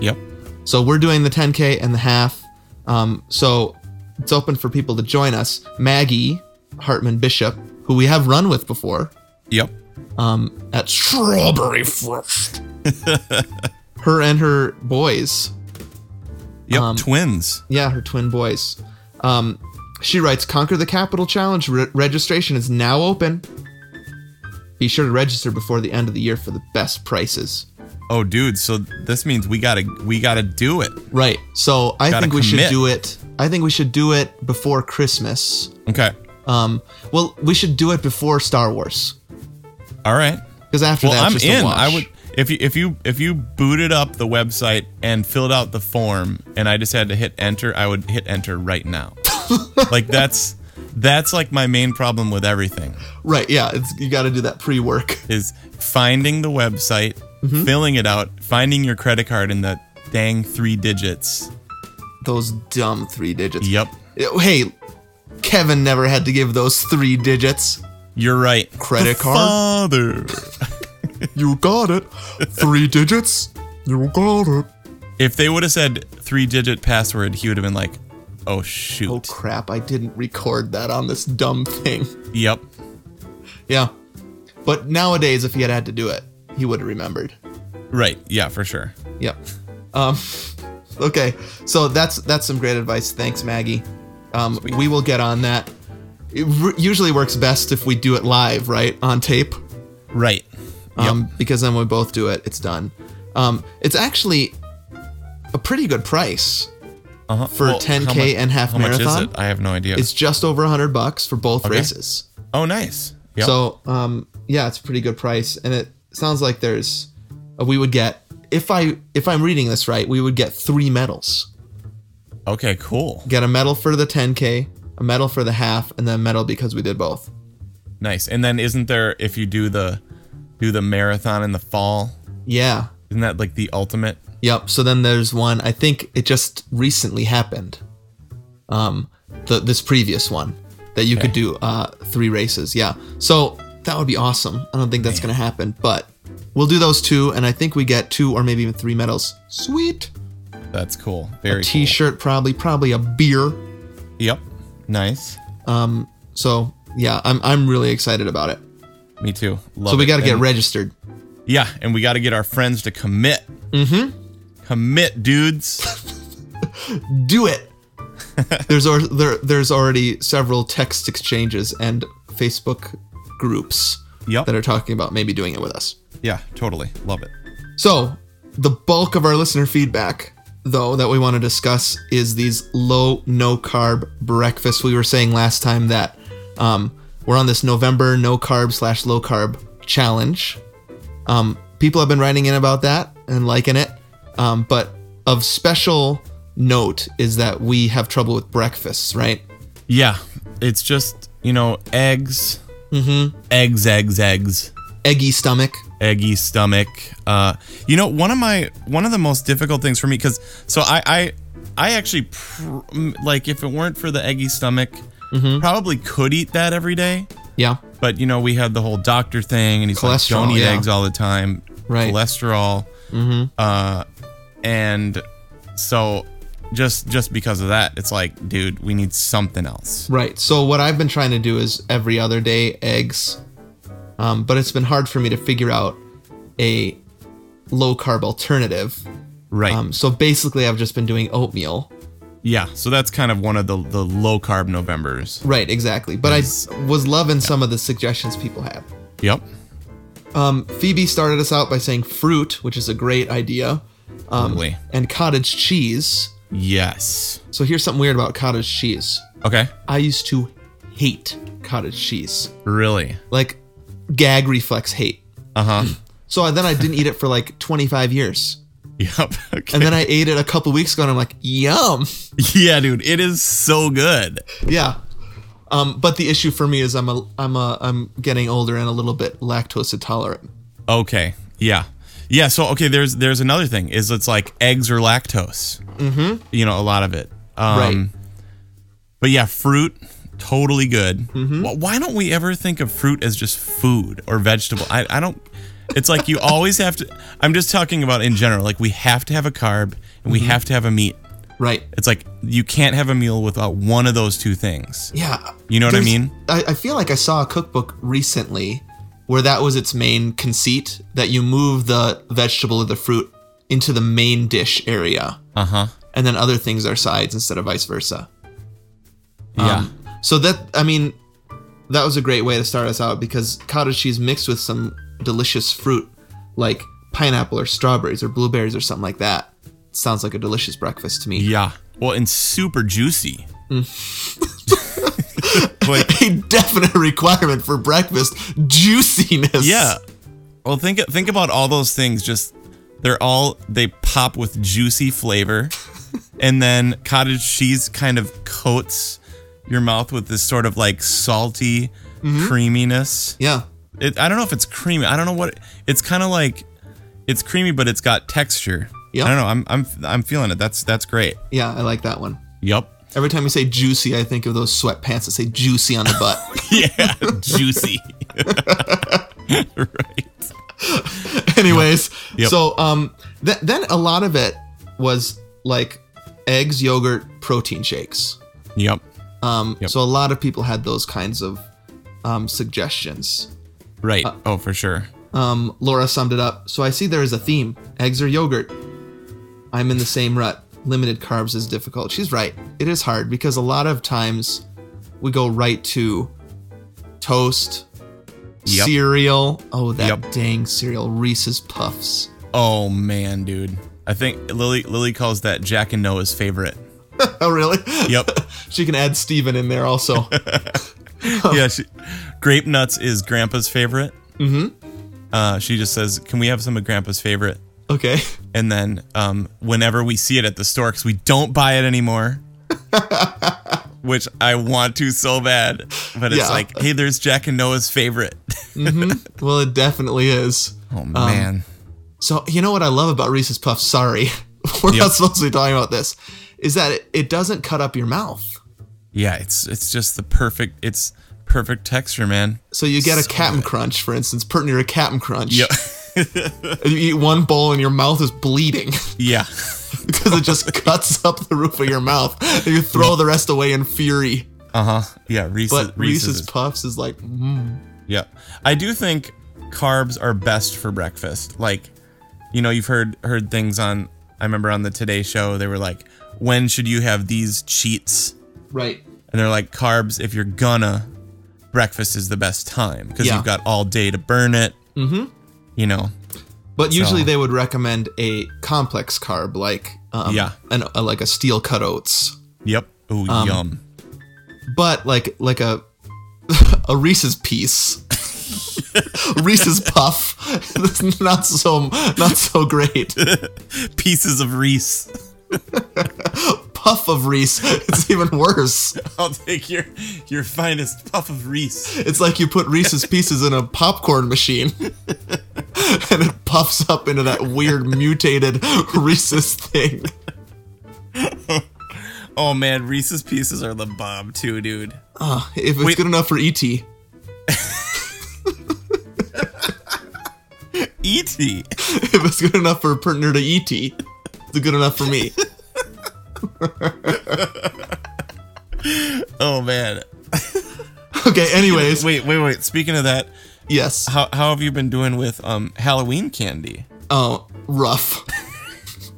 [SPEAKER 2] Yep.
[SPEAKER 1] So we're doing the 10K and the half. Um, so it's open for people to join us. Maggie Hartman Bishop, who we have run with before,
[SPEAKER 2] Yep.
[SPEAKER 1] um, at Strawberry Frost. her and her boys.
[SPEAKER 2] Yep.
[SPEAKER 1] Um,
[SPEAKER 2] Twins.
[SPEAKER 1] Yeah, her twin boys. Um, she writes Conquer the Capital Challenge re- registration is now open. Be sure to register before the end of the year for the best prices.
[SPEAKER 2] Oh, dude. So this means we gotta we gotta do it.
[SPEAKER 1] Right. So I
[SPEAKER 2] Gotta
[SPEAKER 1] think we should
[SPEAKER 2] commit.
[SPEAKER 1] do it. I think we should do it before Christmas.
[SPEAKER 2] Okay.
[SPEAKER 1] Um, well, we should do it before Star Wars
[SPEAKER 2] All right.
[SPEAKER 1] because after
[SPEAKER 2] Well,
[SPEAKER 1] that,
[SPEAKER 2] I'm
[SPEAKER 1] it's just
[SPEAKER 2] in.
[SPEAKER 1] A wash.
[SPEAKER 2] I would if you if you if you booted up the website and filled out the form, and I just had to hit enter. I would hit enter right now. like that's that's like my main problem with everything.
[SPEAKER 1] Right. Yeah. It's, you got to do that pre-work.
[SPEAKER 2] is finding the website,
[SPEAKER 1] Mm-hmm.
[SPEAKER 2] filling it out, finding your credit card in the dang three digits.
[SPEAKER 1] Those dumb three digits.
[SPEAKER 2] Yep.
[SPEAKER 1] Hey, Kevin never had to give those three digits.
[SPEAKER 2] You're right.
[SPEAKER 1] Credit
[SPEAKER 2] The
[SPEAKER 1] card?
[SPEAKER 2] Father.
[SPEAKER 1] You got it. Three digits. You got it.
[SPEAKER 2] if they would have said three digit password, he would have been like, oh
[SPEAKER 1] Oh
[SPEAKER 2] shoot.
[SPEAKER 1] crap! I didn't record that on this dumb thing.
[SPEAKER 2] Yep.
[SPEAKER 1] Yeah, but nowadays, if he had had to do it, he would have remembered.
[SPEAKER 2] Right. Yeah, for sure.
[SPEAKER 1] Yep. Um, okay, so that's that's some great advice. Thanks, Maggie. Um, we will get on that. It r- usually works best if we do it live, right, on tape,
[SPEAKER 2] Right.
[SPEAKER 1] um, because then we both do it. It's done. Um, it's actually a pretty good price.
[SPEAKER 2] uh
[SPEAKER 1] for 10K and half
[SPEAKER 2] how Much
[SPEAKER 1] marathon?
[SPEAKER 2] is it? I have no idea.
[SPEAKER 1] It's just over hundred bucks for both races.
[SPEAKER 2] oh, nice. Yep.
[SPEAKER 1] So um, yeah, it's a pretty good price, and it sounds like there's uh, we would get if I if I'm reading this right, we would get three medals.
[SPEAKER 2] okay, cool.
[SPEAKER 1] Get a medal for the 10k, a medal for the half, and then a medal because we did both.
[SPEAKER 2] Nice. And then isn't there if you do the do the marathon in the fall?
[SPEAKER 1] Yeah.
[SPEAKER 2] Isn't that like the ultimate?
[SPEAKER 1] Yep. So then there's one. I think it just recently happened. Um, the this previous one that you could
[SPEAKER 2] Okay.
[SPEAKER 1] do uh three races. Yeah. So that would be awesome. I don't think that's gonna happen, but we'll do those two, and I think we get two or maybe even three medals. Sweet.
[SPEAKER 2] That's cool. Very cool.
[SPEAKER 1] T-shirt probably, probably a beer.
[SPEAKER 2] Yep. Nice.
[SPEAKER 1] So yeah, I'm I'm really excited about it.
[SPEAKER 2] Me too. Love
[SPEAKER 1] so we
[SPEAKER 2] it.
[SPEAKER 1] got to get
[SPEAKER 2] And-
[SPEAKER 1] registered.
[SPEAKER 2] Yeah, and we got to get our friends to commit. Mm-hmm. Commit, dudes.
[SPEAKER 1] do it. there's al- there, there's already several text exchanges and Facebook groups
[SPEAKER 2] Yep.
[SPEAKER 1] that are talking about maybe doing it with us.
[SPEAKER 2] yeah, totally. Love it.
[SPEAKER 1] So the bulk of our listener feedback, though, that we want to discuss is these low no carb breakfasts. We were saying last time that um, we're on this November no carb slash low carb challenge. Um, people have been writing in about that and liking it. Um, but of special note is that we have trouble with breakfasts, right?
[SPEAKER 2] Yeah, it's just you know eggs, mm-hmm. eggs, eggs, eggs,
[SPEAKER 1] Eggy stomach.
[SPEAKER 2] eggy stomach. Uh, you know, one of my one of the most difficult things for me because so I I I actually pr- m- like if it weren't for the eggy stomach, probably could eat that every day.
[SPEAKER 1] Yeah.
[SPEAKER 2] But you know, we had the whole doctor thing, and he's like,
[SPEAKER 1] Cholesterol,
[SPEAKER 2] "Don't eat
[SPEAKER 1] yeah.
[SPEAKER 2] eggs all the time."
[SPEAKER 1] Right. Mm-hmm.
[SPEAKER 2] Cholesterol. Uh, and so just just because of that, it's like, dude, we need something else.
[SPEAKER 1] Right. So what I've been trying to do is every other day eggs, um, but it's been hard for me to figure out a low carb alternative.
[SPEAKER 2] Right.
[SPEAKER 1] Um, so basically, I've just been doing oatmeal.
[SPEAKER 2] yeah. So that's kind of one of the the low carb Novembers.
[SPEAKER 1] Right. Exactly. But
[SPEAKER 2] Nice.
[SPEAKER 1] I was loving some of the suggestions people had.
[SPEAKER 2] Yep.
[SPEAKER 1] Um, Phoebe started us out by saying fruit, which is a great idea, um,
[SPEAKER 2] Totally.
[SPEAKER 1] and cottage cheese.
[SPEAKER 2] Yes.
[SPEAKER 1] So here's something weird about cottage cheese.
[SPEAKER 2] Okay.
[SPEAKER 1] I used to hate cottage cheese,
[SPEAKER 2] Really.
[SPEAKER 1] like gag reflex hate.
[SPEAKER 2] Uh huh.
[SPEAKER 1] So I, then I didn't eat it for like 25 years.
[SPEAKER 2] yep. Okay.
[SPEAKER 1] And then I ate it a couple weeks ago and I'm like, yum.
[SPEAKER 2] yeah, dude, it is so good.
[SPEAKER 1] Yeah. Um, but the issue for me is I'm a I'm a I'm getting older and a little bit lactose intolerant.
[SPEAKER 2] Okay. Yeah. Yeah. So okay, there's there's another thing is it's like eggs or lactose. Mm-hmm. You know, a lot of it. Um,
[SPEAKER 1] Right.
[SPEAKER 2] But yeah, fruit totally good. Wh- Why don't we ever think of fruit as just food or vegetable? I I don't. It's like you always have to. I'm just talking about in general. Like we have to have a carb and we have to have a meat.
[SPEAKER 1] Right.
[SPEAKER 2] It's like you can't have a meal without one of those two things.
[SPEAKER 1] Yeah.
[SPEAKER 2] You know what I
[SPEAKER 1] There's-
[SPEAKER 2] mean?
[SPEAKER 1] I, I feel like I saw a cookbook recently where that was its main conceit that you move the vegetable or the fruit into the main dish area.
[SPEAKER 2] Uh huh.
[SPEAKER 1] And then other things are sides instead of vice versa.
[SPEAKER 2] Yeah.
[SPEAKER 1] Um, So that I mean, that was a great way to start us out because cottage cheese mixed with some delicious fruit like pineapple or strawberries or blueberries or something like that sounds like a delicious breakfast to me.
[SPEAKER 2] yeah. Well, and super juicy. like
[SPEAKER 1] A definite requirement for breakfast juiciness.
[SPEAKER 2] Yeah. Well, think think about all those things. Just they're all they pop with juicy flavor, and then cottage cheese kind of coats your mouth with this sort of like salty creaminess.
[SPEAKER 1] Yeah.
[SPEAKER 2] It, I don't know if it's creamy. I don't know what it's kind of like. It's creamy, but it's got texture.
[SPEAKER 1] Yeah.
[SPEAKER 2] I don't know. I'm I'm I'm feeling it. That's that's great.
[SPEAKER 1] Yeah, I like that one.
[SPEAKER 2] Yep.
[SPEAKER 1] Every time you say juicy, I think of those sweatpants that say juicy on the butt.
[SPEAKER 2] Yeah. juicy. right.
[SPEAKER 1] Anyways,
[SPEAKER 2] Yep.
[SPEAKER 1] so um th- then a lot of it was like eggs, yogurt, protein shakes.
[SPEAKER 2] Yep.
[SPEAKER 1] Um,
[SPEAKER 2] Yep.
[SPEAKER 1] So a lot of people had those kinds of um, suggestions.
[SPEAKER 2] Right. oh, for sure.
[SPEAKER 1] Um, Laura summed it up. So I see there is a theme eggs or yogurt. I'm in the same rut. Limited carbs is difficult. She's right. It is hard because a lot of times we go right to toast,
[SPEAKER 2] Yep.
[SPEAKER 1] cereal. Oh, that
[SPEAKER 2] Yep.
[SPEAKER 1] dang cereal. Reese's Puffs.
[SPEAKER 2] Oh man, dude. I think Lily Lily calls that Jack and Noah's favorite.
[SPEAKER 1] Oh, really?
[SPEAKER 2] Yep.
[SPEAKER 1] she can add Steven in there also.
[SPEAKER 2] yeah. She, grape nuts is Grandpa's favorite.
[SPEAKER 1] Mhm.
[SPEAKER 2] Uh, she just says, "Can we have some of Grandpa's favorite?"
[SPEAKER 1] okay.
[SPEAKER 2] And then um, whenever we see it at the store, because we don't buy it anymore, which I want to so bad, but it's
[SPEAKER 1] Yeah.
[SPEAKER 2] like, hey, there's Jack and Noah's favorite.
[SPEAKER 1] Mm-hmm. Well, it definitely is.
[SPEAKER 2] Oh man.
[SPEAKER 1] So you know what I love about Reese's Puffs? Sorry, we're
[SPEAKER 2] Yep.
[SPEAKER 1] not supposed to be talking about this. Is that it, it doesn't cut up your mouth,
[SPEAKER 2] yeah, it's it's just the perfect. It's perfect texture, man.
[SPEAKER 1] so you get a Cap'n Crunch, for instance, pert near a Cap'n Crunch.
[SPEAKER 2] Yeah.
[SPEAKER 1] And You eat one bowl and your mouth is bleeding
[SPEAKER 2] yeah.
[SPEAKER 1] because it just cuts up the roof of your mouth. And you throw the rest away in fury.
[SPEAKER 2] Uh huh. Yeah. Reese's.
[SPEAKER 1] But
[SPEAKER 2] Reese's.
[SPEAKER 1] Reese's, Puffs is like, mm,
[SPEAKER 2] yeah. I do think carbs are best for breakfast. Like, you know, you've heard heard things on. I remember on the Today Show, they were like, "When should you have these cheats?"
[SPEAKER 1] right,
[SPEAKER 2] And they're like, "Carbs, if you're gonna, breakfast is the best time because
[SPEAKER 1] Yeah.
[SPEAKER 2] you've got all day to burn it." Mm-hmm. You know.
[SPEAKER 1] But usually
[SPEAKER 2] So-
[SPEAKER 1] they would recommend a complex carb like um,
[SPEAKER 2] Yeah.
[SPEAKER 1] an, uh, like a steel cut oats.
[SPEAKER 2] Yep. Ooh, yum.
[SPEAKER 1] But like like a a Reese's piece. Reese's puff. That's not so not so great.
[SPEAKER 2] Pieces of Reese.
[SPEAKER 1] Puff of Reese. It's even worse.
[SPEAKER 2] I'll take your your finest puff of Reese.
[SPEAKER 1] It's like you put Reese's pieces in a popcorn machine. and it puffs up into that weird mutated Reese's thing.
[SPEAKER 2] Oh man, Reese's pieces are the bomb too, dude.
[SPEAKER 1] Uh, if it's
[SPEAKER 2] Wait.
[SPEAKER 1] good enough for ET.
[SPEAKER 2] ET.
[SPEAKER 1] if it's good enough for a partner to ET, it's good enough for me.
[SPEAKER 2] Oh man.
[SPEAKER 1] Okay, anyways,
[SPEAKER 2] Wait, wait, wait. Speaking of that,
[SPEAKER 1] yes.
[SPEAKER 2] how how have you been doing with um Halloween candy?
[SPEAKER 1] Oh, rough.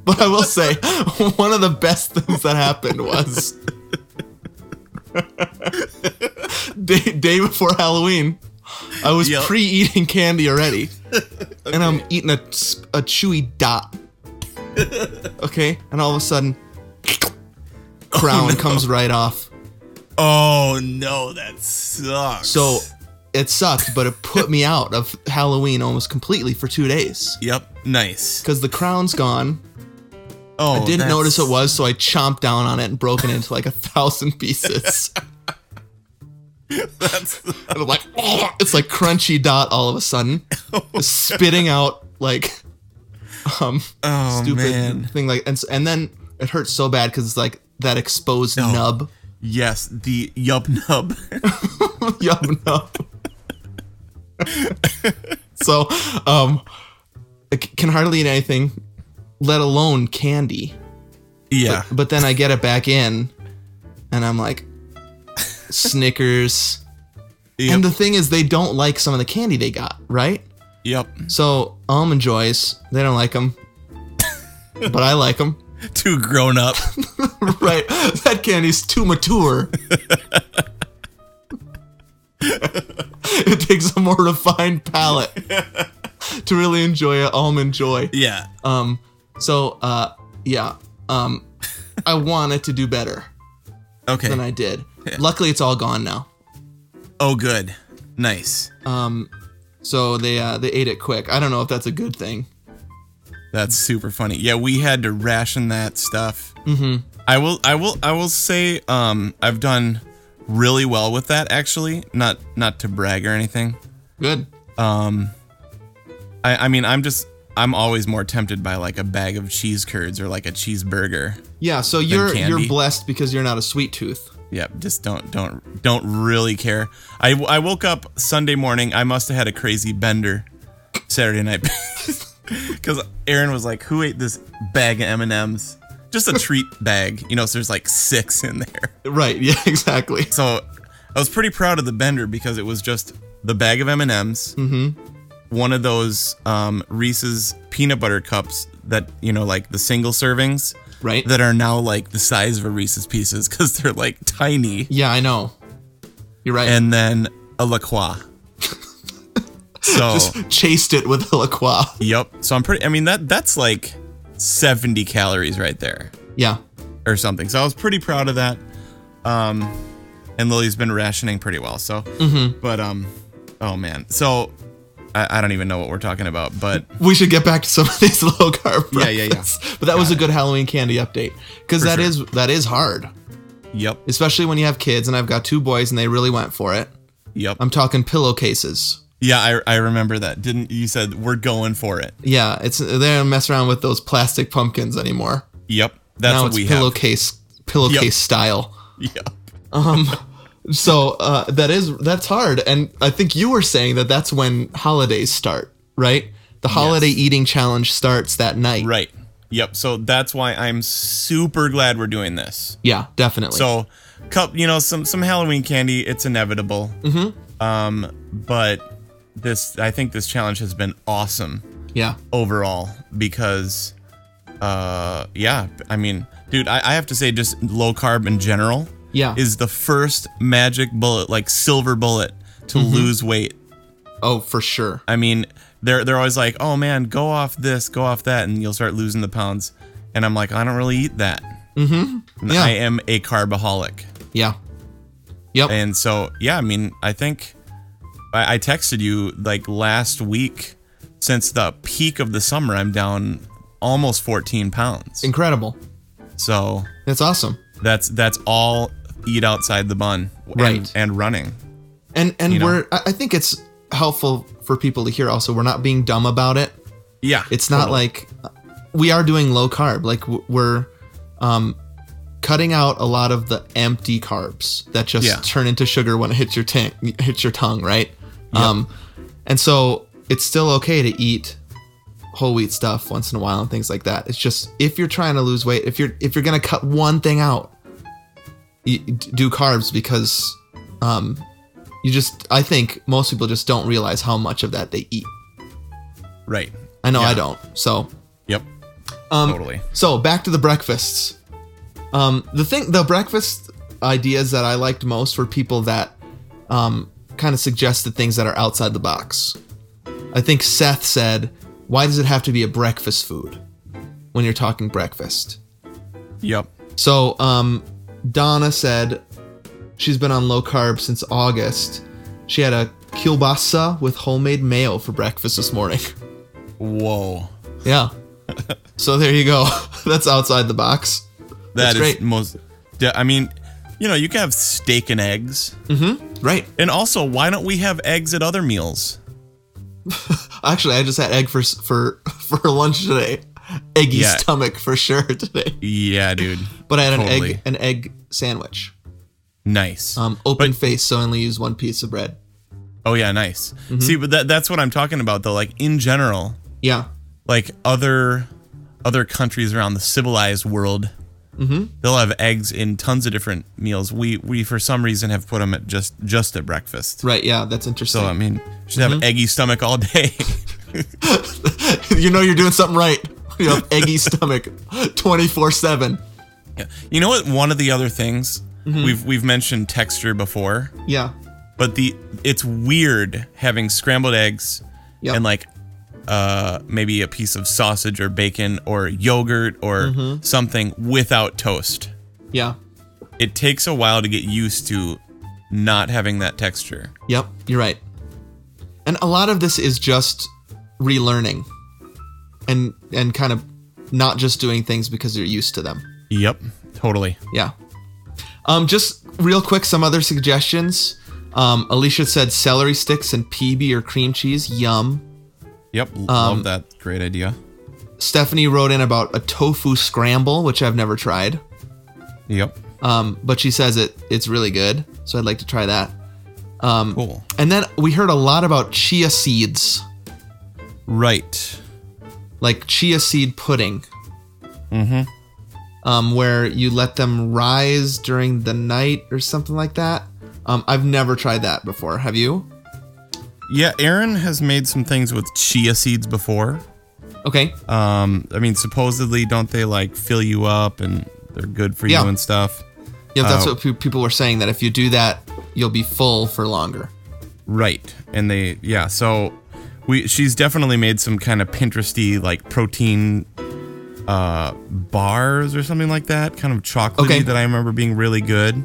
[SPEAKER 1] But I will say, one of the best things that happened was day, day before Halloween, I was
[SPEAKER 2] Yep.
[SPEAKER 1] pre eating candy already. And I'm eating a, s- a chewy dot. Okay, and all of a sudden, crown comes right off.
[SPEAKER 2] Oh no, that sucks.
[SPEAKER 1] So it sucked, but it put me out of Halloween almost completely for two days
[SPEAKER 2] Yep, nice.
[SPEAKER 1] because the crown's gone.
[SPEAKER 2] Oh,
[SPEAKER 1] I didn't
[SPEAKER 2] that's-
[SPEAKER 1] notice it was, so I chomped down on it and broke it into like a thousand pieces.
[SPEAKER 2] That's
[SPEAKER 1] And I'm like, "Oh," it's like crunchy dot all of a sudden, spitting out like um
[SPEAKER 2] oh
[SPEAKER 1] stupid
[SPEAKER 2] man.
[SPEAKER 1] thing like, and s- and then it hurts so bad because it's like that exposed nub,
[SPEAKER 2] Yes, the yup nub.
[SPEAKER 1] yum nub. so, um, I c- can hardly eat anything, let alone candy.
[SPEAKER 2] yeah.
[SPEAKER 1] But then I get it back in, and I'm like, Snickers.
[SPEAKER 2] Yep.
[SPEAKER 1] And the thing is, they don't like some of the candy they got, right?
[SPEAKER 2] yep.
[SPEAKER 1] So almond joys, they don't like them, but I like them,
[SPEAKER 2] Too grown up.
[SPEAKER 1] right? That candy's too mature. it takes a more refined palate to really enjoy an almond joy.
[SPEAKER 2] yeah.
[SPEAKER 1] Um, so uh, yeah, um, I wanted to do better
[SPEAKER 2] Okay.
[SPEAKER 1] than I did. Luckily, it's all gone now.
[SPEAKER 2] oh good. Nice.
[SPEAKER 1] So they uh, they ate it quick. I don't know if that's a good thing.
[SPEAKER 2] That's super funny. Yeah, we had to ration that stuff. Mm-hmm. I will, I will, I will say, um, I've done really well with that. Actually, not not to brag or anything.
[SPEAKER 1] Good.
[SPEAKER 2] I, I mean, I'm just, I'm always more tempted by like a bag of cheese curds or like a cheeseburger.
[SPEAKER 1] Yeah, so you're
[SPEAKER 2] candy.
[SPEAKER 1] you're blessed because you're not a sweet tooth.
[SPEAKER 2] Yeah, just don't, don't, don't really care. I, I woke up Sunday morning. I must have had a crazy bender Saturday night because Aaron was like, "Who ate this bag of M and M's?" Just a treat bag, you know. So there's like six in there.
[SPEAKER 1] Right. Yeah. Exactly.
[SPEAKER 2] so I was pretty proud of the bender because it was just the bag of M and M's, one of those um, Reese's peanut butter cups that you know, like the single servings,
[SPEAKER 1] Right.
[SPEAKER 2] That are now like the size of a Reese's Pieces because they're like tiny,
[SPEAKER 1] Yeah, I know. You're right.
[SPEAKER 2] and then a La Croix. so
[SPEAKER 1] just chased it with a La Croix.
[SPEAKER 2] yep. So I'm pretty. I mean that that's like 70 calories right there.
[SPEAKER 1] Yeah.
[SPEAKER 2] or something. So I was pretty proud of that. Um, and Lily's been rationing pretty well. So,
[SPEAKER 1] Mm-hmm.
[SPEAKER 2] but um, oh man. So I, I don't even know what we're talking about, but
[SPEAKER 1] We should get back to some of these low carb.
[SPEAKER 2] Yeah, yeah, yeah.
[SPEAKER 1] breakfasts. But that was a good Halloween candy update because that
[SPEAKER 2] sure.
[SPEAKER 1] is that is hard,
[SPEAKER 2] yep,
[SPEAKER 1] especially when you have kids. And I've got two boys, and they really went for it.
[SPEAKER 2] yep.
[SPEAKER 1] I'm talking pillowcases.
[SPEAKER 2] yeah, I, I remember that. Didn't you said we're going for it?
[SPEAKER 1] Yeah, it's they don't mess around with those plastic pumpkins anymore.
[SPEAKER 2] Yep, that's
[SPEAKER 1] now
[SPEAKER 2] what
[SPEAKER 1] it's
[SPEAKER 2] we
[SPEAKER 1] pillowcase pillowcase style.
[SPEAKER 2] have. Yep.
[SPEAKER 1] So uh, that is that's hard, and I think you were saying that that's when holidays start, right? The holiday eating challenge starts that night.
[SPEAKER 2] Right. Yep. So that's why I'm super glad we're doing this.
[SPEAKER 1] Yeah, definitely.
[SPEAKER 2] So, cup, you know, some some Halloween candy. It's inevitable. Mm-hmm. Um, but this, I think this challenge has been awesome.
[SPEAKER 1] yeah,
[SPEAKER 2] overall because uh yeah i mean dude i, I have to say just low carb in general
[SPEAKER 1] yeah.
[SPEAKER 2] is the first magic bullet like silver bullet to
[SPEAKER 1] Mm-hmm.
[SPEAKER 2] lose weight
[SPEAKER 1] oh, for sure.
[SPEAKER 2] i mean they're they're always like oh man go off this go off that and you'll start losing the pounds and i'm like i don't really eat that mm-hmm.
[SPEAKER 1] Yeah.
[SPEAKER 2] i am a carboholic
[SPEAKER 1] Yeah. Yep.
[SPEAKER 2] and so yeah i mean i think I, I texted you like last week since the peak of the summer i'm down almost 14 pounds
[SPEAKER 1] Incredible.
[SPEAKER 2] so
[SPEAKER 1] That's awesome.
[SPEAKER 2] that's that's all eat outside the bun and,
[SPEAKER 1] Right.
[SPEAKER 2] and running
[SPEAKER 1] And and
[SPEAKER 2] know?
[SPEAKER 1] we're I I think it's helpful for people to hear also we're not being dumb about it.
[SPEAKER 2] yeah
[SPEAKER 1] It's not
[SPEAKER 2] totally.
[SPEAKER 1] like we are doing low carb. Like w- we're um cutting out a lot of the empty carbs that just
[SPEAKER 2] Yeah.
[SPEAKER 1] turn into sugar when it hits your tank hits your tongue, right? Um and so it's still okay to eat whole wheat stuff once in a while and things like that. It's just if you're trying to lose weight, if you're if you're going to cut one thing out, you, d- do carbs because um you just I think most people just don't realize how much of that they eat.
[SPEAKER 2] right
[SPEAKER 1] I know I
[SPEAKER 2] Yeah.
[SPEAKER 1] don't. So
[SPEAKER 2] yep
[SPEAKER 1] Um,
[SPEAKER 2] totally
[SPEAKER 1] So back to the breakfasts. Um, the thing, the breakfast ideas that I liked most were people that um, kind of suggested things that are outside the box. I think Seth said, "Why does it have to be a breakfast food when you're talking breakfast?"
[SPEAKER 2] yep
[SPEAKER 1] So um, Donna said she's been on low carb since August. She had a kielbasa with homemade mayo for breakfast this morning.
[SPEAKER 2] whoa
[SPEAKER 1] yeah. so there you go. That's outside the box. That's
[SPEAKER 2] That's
[SPEAKER 1] great.
[SPEAKER 2] most de- i mean you know you can have steak and eggs
[SPEAKER 1] Right.
[SPEAKER 2] and also why don't we have eggs at other meals
[SPEAKER 1] Actually, I just had egg for for for lunch today. Eggy
[SPEAKER 2] Yeah.
[SPEAKER 1] stomach for sure today.
[SPEAKER 2] yeah dude
[SPEAKER 1] But I had an egg
[SPEAKER 2] Totally.
[SPEAKER 1] an egg sandwich.
[SPEAKER 2] nice
[SPEAKER 1] Um, open face, so I only use one piece of bread.
[SPEAKER 2] Oh yeah, nice. See, but that, that's what I'm talking about though. Like in general,
[SPEAKER 1] Yeah,
[SPEAKER 2] like other other countries around the civilized world, they'll have eggs in tons of different meals. We we for some reason have put them at just just at breakfast.
[SPEAKER 1] right. Yeah, that's interesting.
[SPEAKER 2] So I mean, should have an eggy stomach all day.
[SPEAKER 1] you know, you're doing something right. You have eggy stomach, twenty four seven.
[SPEAKER 2] you know what? One of the other things we've we've mentioned texture before,
[SPEAKER 1] Yeah,
[SPEAKER 2] but the it's weird having scrambled eggs
[SPEAKER 1] Yep.
[SPEAKER 2] and like uh maybe a piece of sausage or bacon or yogurt or
[SPEAKER 1] Mm-hmm.
[SPEAKER 2] something without toast.
[SPEAKER 1] yeah,
[SPEAKER 2] It takes a while to get used to not having that texture.
[SPEAKER 1] yep. You're right. And a lot of this is just relearning, and and kind of not just doing things because you're used to them.
[SPEAKER 2] Yep, totally.
[SPEAKER 1] Yeah. Um, just real quick, some other suggestions. Um, Alicia said celery sticks and PB or cream cheese. Yum.
[SPEAKER 2] Yep, l-
[SPEAKER 1] Um,
[SPEAKER 2] love that. Great idea.
[SPEAKER 1] Stephanie wrote in about a tofu scramble, which I've never tried,
[SPEAKER 2] Yep.
[SPEAKER 1] um, but she says it it's really good, so I'd like to try that. um,
[SPEAKER 2] Cool.
[SPEAKER 1] And then we heard a lot about chia seeds,
[SPEAKER 2] Right.
[SPEAKER 1] like chia seed pudding. Mm-hmm. Um, where you let them rise during the night or something like that. Um, I've never tried that before. Have you?
[SPEAKER 2] Yeah, Aaron has made some things with chia seeds before.
[SPEAKER 1] Okay.
[SPEAKER 2] Um, I mean, supposedly, don't they like fill you up and they're good for
[SPEAKER 1] Yeah.
[SPEAKER 2] you and stuff?
[SPEAKER 1] Yeah, that's
[SPEAKER 2] Oh.
[SPEAKER 1] what pe- people were saying that if you do that, you'll be full for longer.
[SPEAKER 2] Right. And they, yeah. So we, she's definitely made some kind of Pinteresty like protein uh, bars or something like that, kind of chocolatey
[SPEAKER 1] Okay.
[SPEAKER 2] that I remember being really good.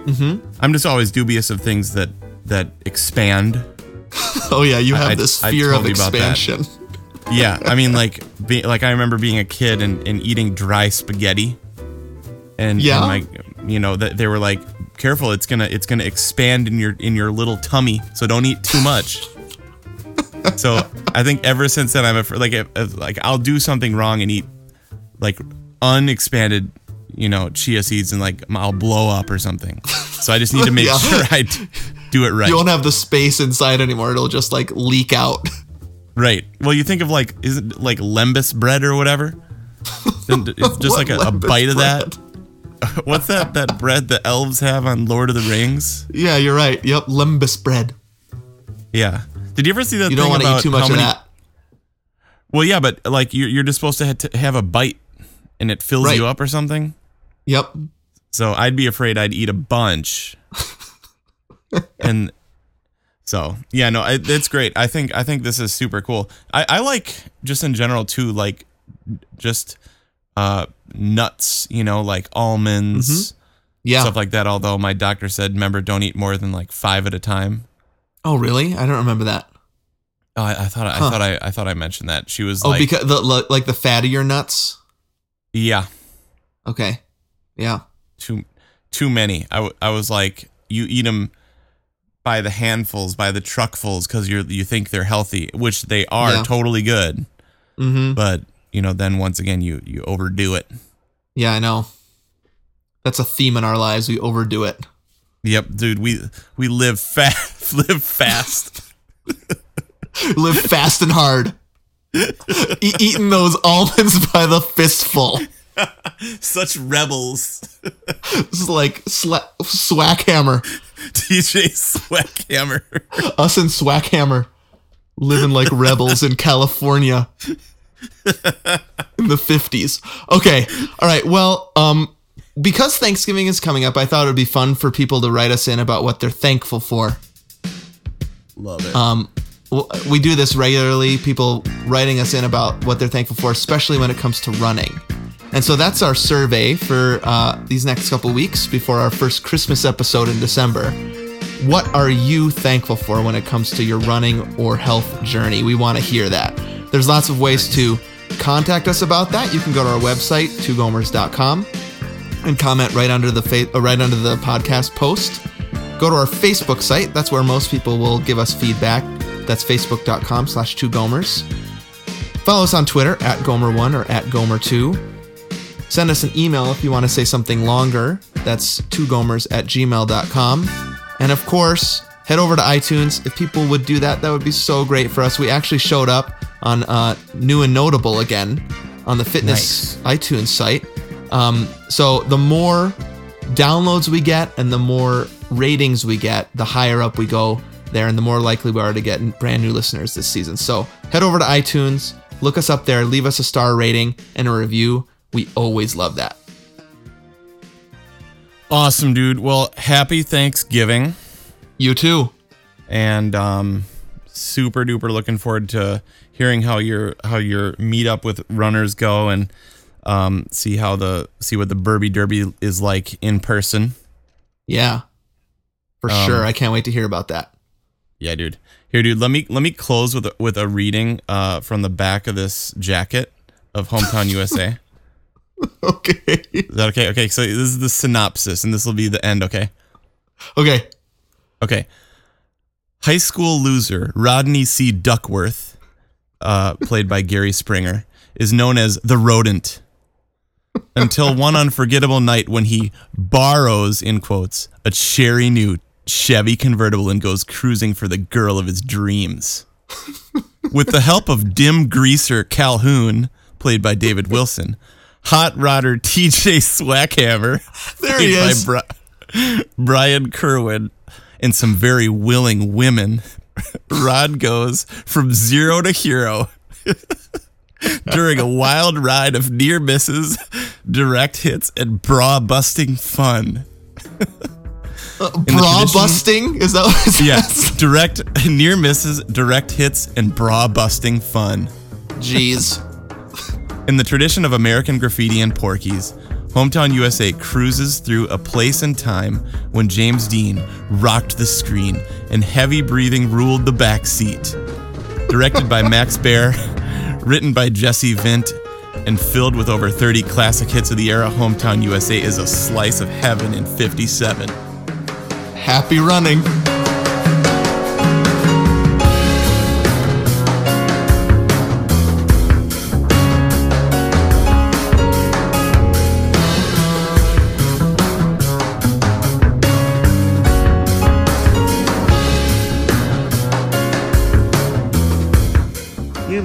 [SPEAKER 2] Mm-hmm. I'm just always dubious of things that that expand.
[SPEAKER 1] Oh yeah, you have
[SPEAKER 2] I-
[SPEAKER 1] this
[SPEAKER 2] I
[SPEAKER 1] fear
[SPEAKER 2] told
[SPEAKER 1] of
[SPEAKER 2] you about that.
[SPEAKER 1] expansion.
[SPEAKER 2] Yeah, I mean, like, be, like I remember being a kid and, and eating dry spaghetti, and
[SPEAKER 1] Yeah.
[SPEAKER 2] and like, you know, that they were like, careful, it's gonna it's gonna expand in your in your little tummy, so don't eat too much. so I think ever since then, I'm a, like, if, if- like I'll do something wrong and eat like unexpanded, you know, chia seeds, and like I'll blow up or something. So I just need to make
[SPEAKER 1] Yeah.
[SPEAKER 2] sure I d- do it right.
[SPEAKER 1] You won't have the space inside anymore. It'll just like leak out.
[SPEAKER 2] Right. Well, you think of like isn't it like lembus bread or whatever? Then d- it's just
[SPEAKER 1] What
[SPEAKER 2] like a, a
[SPEAKER 1] Lembas
[SPEAKER 2] bite of
[SPEAKER 1] bread?
[SPEAKER 2] that. What's that that bread the elves have on Lord of the Rings?
[SPEAKER 1] Yeah, you're right. Yep, lembus bread.
[SPEAKER 2] Yeah. Did you ever see that
[SPEAKER 1] You
[SPEAKER 2] thing
[SPEAKER 1] don't want to
[SPEAKER 2] about
[SPEAKER 1] eat too much
[SPEAKER 2] how
[SPEAKER 1] of
[SPEAKER 2] many?
[SPEAKER 1] that.
[SPEAKER 2] Well, yeah, but like you're you're just supposed to have, to have a bite, and it fills you
[SPEAKER 1] Right.
[SPEAKER 2] up or something.
[SPEAKER 1] Yep.
[SPEAKER 2] So I'd be afraid I'd eat a bunch. and so yeah, no, it, it's great. I think I think this is super cool. I, I like just in general too, like just uh nuts, you know, like almonds,
[SPEAKER 1] Mm-hmm. Yeah.
[SPEAKER 2] stuff like that. Although my doctor said, remember, don't eat more than like five at a time.
[SPEAKER 1] oh, really? I don't remember that.
[SPEAKER 2] Oh, I, I thought I thought I, I thought I mentioned that. She was
[SPEAKER 1] Oh,
[SPEAKER 2] like,
[SPEAKER 1] because the li- like the fattier nuts.
[SPEAKER 2] yeah,
[SPEAKER 1] Okay. Yeah.
[SPEAKER 2] too too many. I, w- I was like, you eat them by the handfuls, by the truckfuls, because you you think they're healthy, which they are
[SPEAKER 1] Yeah.
[SPEAKER 2] totally good.
[SPEAKER 1] Mm-hmm.
[SPEAKER 2] But you know, then once again, you you overdo it.
[SPEAKER 1] Yeah, I know. That's a theme in our lives. We overdo it.
[SPEAKER 2] Yep, dude, we we live fast, live fast.
[SPEAKER 1] Live fast and hard. E- eating those almonds by the fistful.
[SPEAKER 2] Such rebels.
[SPEAKER 1] This is like sla- Swackhammer.
[SPEAKER 2] DJ Swackhammer.
[SPEAKER 1] Us and Swackhammer living like rebels in California in the 50s. Okay. All right. Well, um because Thanksgiving is coming up, I thought it would be fun for people to write us in about what they're thankful for.
[SPEAKER 2] Love it.
[SPEAKER 1] Um, w- we do this regularly. People writing us in about what they're thankful for, especially when it comes to running. And so that's our survey for uh, these next couple weeks before our first Christmas episode in December. What are you thankful for when it comes to your running or health journey? We want to hear that. There's lots of ways to contact us about that. You can go to our website, twogomers.com, and comment right under the fa- uh, right under the podcast post go to our facebook site that's where most people will give us feedback that's facebook.com slash two gomers follow us on twitter at gomer1 or at gomer2 send us an email if you want to say something longer that's two gomers at gmail.com and of course head over to itunes if people would do that that would be so great for us we actually showed up on uh, new and notable again on the fitness itunes site um, so the more downloads we get and the more ratings we get, the higher up we go there and the more likely we are to get brand new listeners this season. So head over to iTunes, look us up there, leave us a star rating and a review. We always love that.
[SPEAKER 2] Awesome, dude. Well, happy Thanksgiving.
[SPEAKER 1] You too.
[SPEAKER 2] and um, super duper looking forward to hearing how your how your meetup with runners go and um, see how the see what the Burby Derby is like in person.
[SPEAKER 1] Yeah. For
[SPEAKER 2] Um,
[SPEAKER 1] sure. I can't wait to hear about that.
[SPEAKER 2] Yeah, dude. Here, dude. Let me let me close with a, with a reading uh, from the back of this jacket of Hometown USA.
[SPEAKER 1] Okay.
[SPEAKER 2] Is that okay? Okay. So this is the synopsis, and this will be the end. Okay.
[SPEAKER 1] okay.
[SPEAKER 2] Okay. High school loser Rodney C. Duckworth, uh, played by Gary Springer, is known as the rodent. Until one unforgettable night when he borrows, in quotes, a cherry new Chevy convertible and goes cruising for the girl of his dreams. With the help of dim greaser Calhoun, played by David Wilson, hot rodder TJ Swackhammer,
[SPEAKER 1] There he
[SPEAKER 2] played by
[SPEAKER 1] is.
[SPEAKER 2] Bri- Brian Kerwin, and some very willing women, Rod goes from zero to hero during a wild ride of near misses, direct hits, and bra busting fun. the
[SPEAKER 1] Bra
[SPEAKER 2] tradition-
[SPEAKER 1] busting? Is that what it says?
[SPEAKER 2] Yes, direct near misses, direct hits, and bra busting fun.
[SPEAKER 1] Jeez.
[SPEAKER 2] In the tradition of American graffiti and porkies, Hometown USA cruises through a place and time when James Dean rocked the screen and heavy breathing ruled the back seat. Directed by Max Baer, written by Jesse Vint, and filled with over 30 classic hits of the era, Hometown USA is a slice of heaven in 57.
[SPEAKER 1] Happy running.
[SPEAKER 4] You've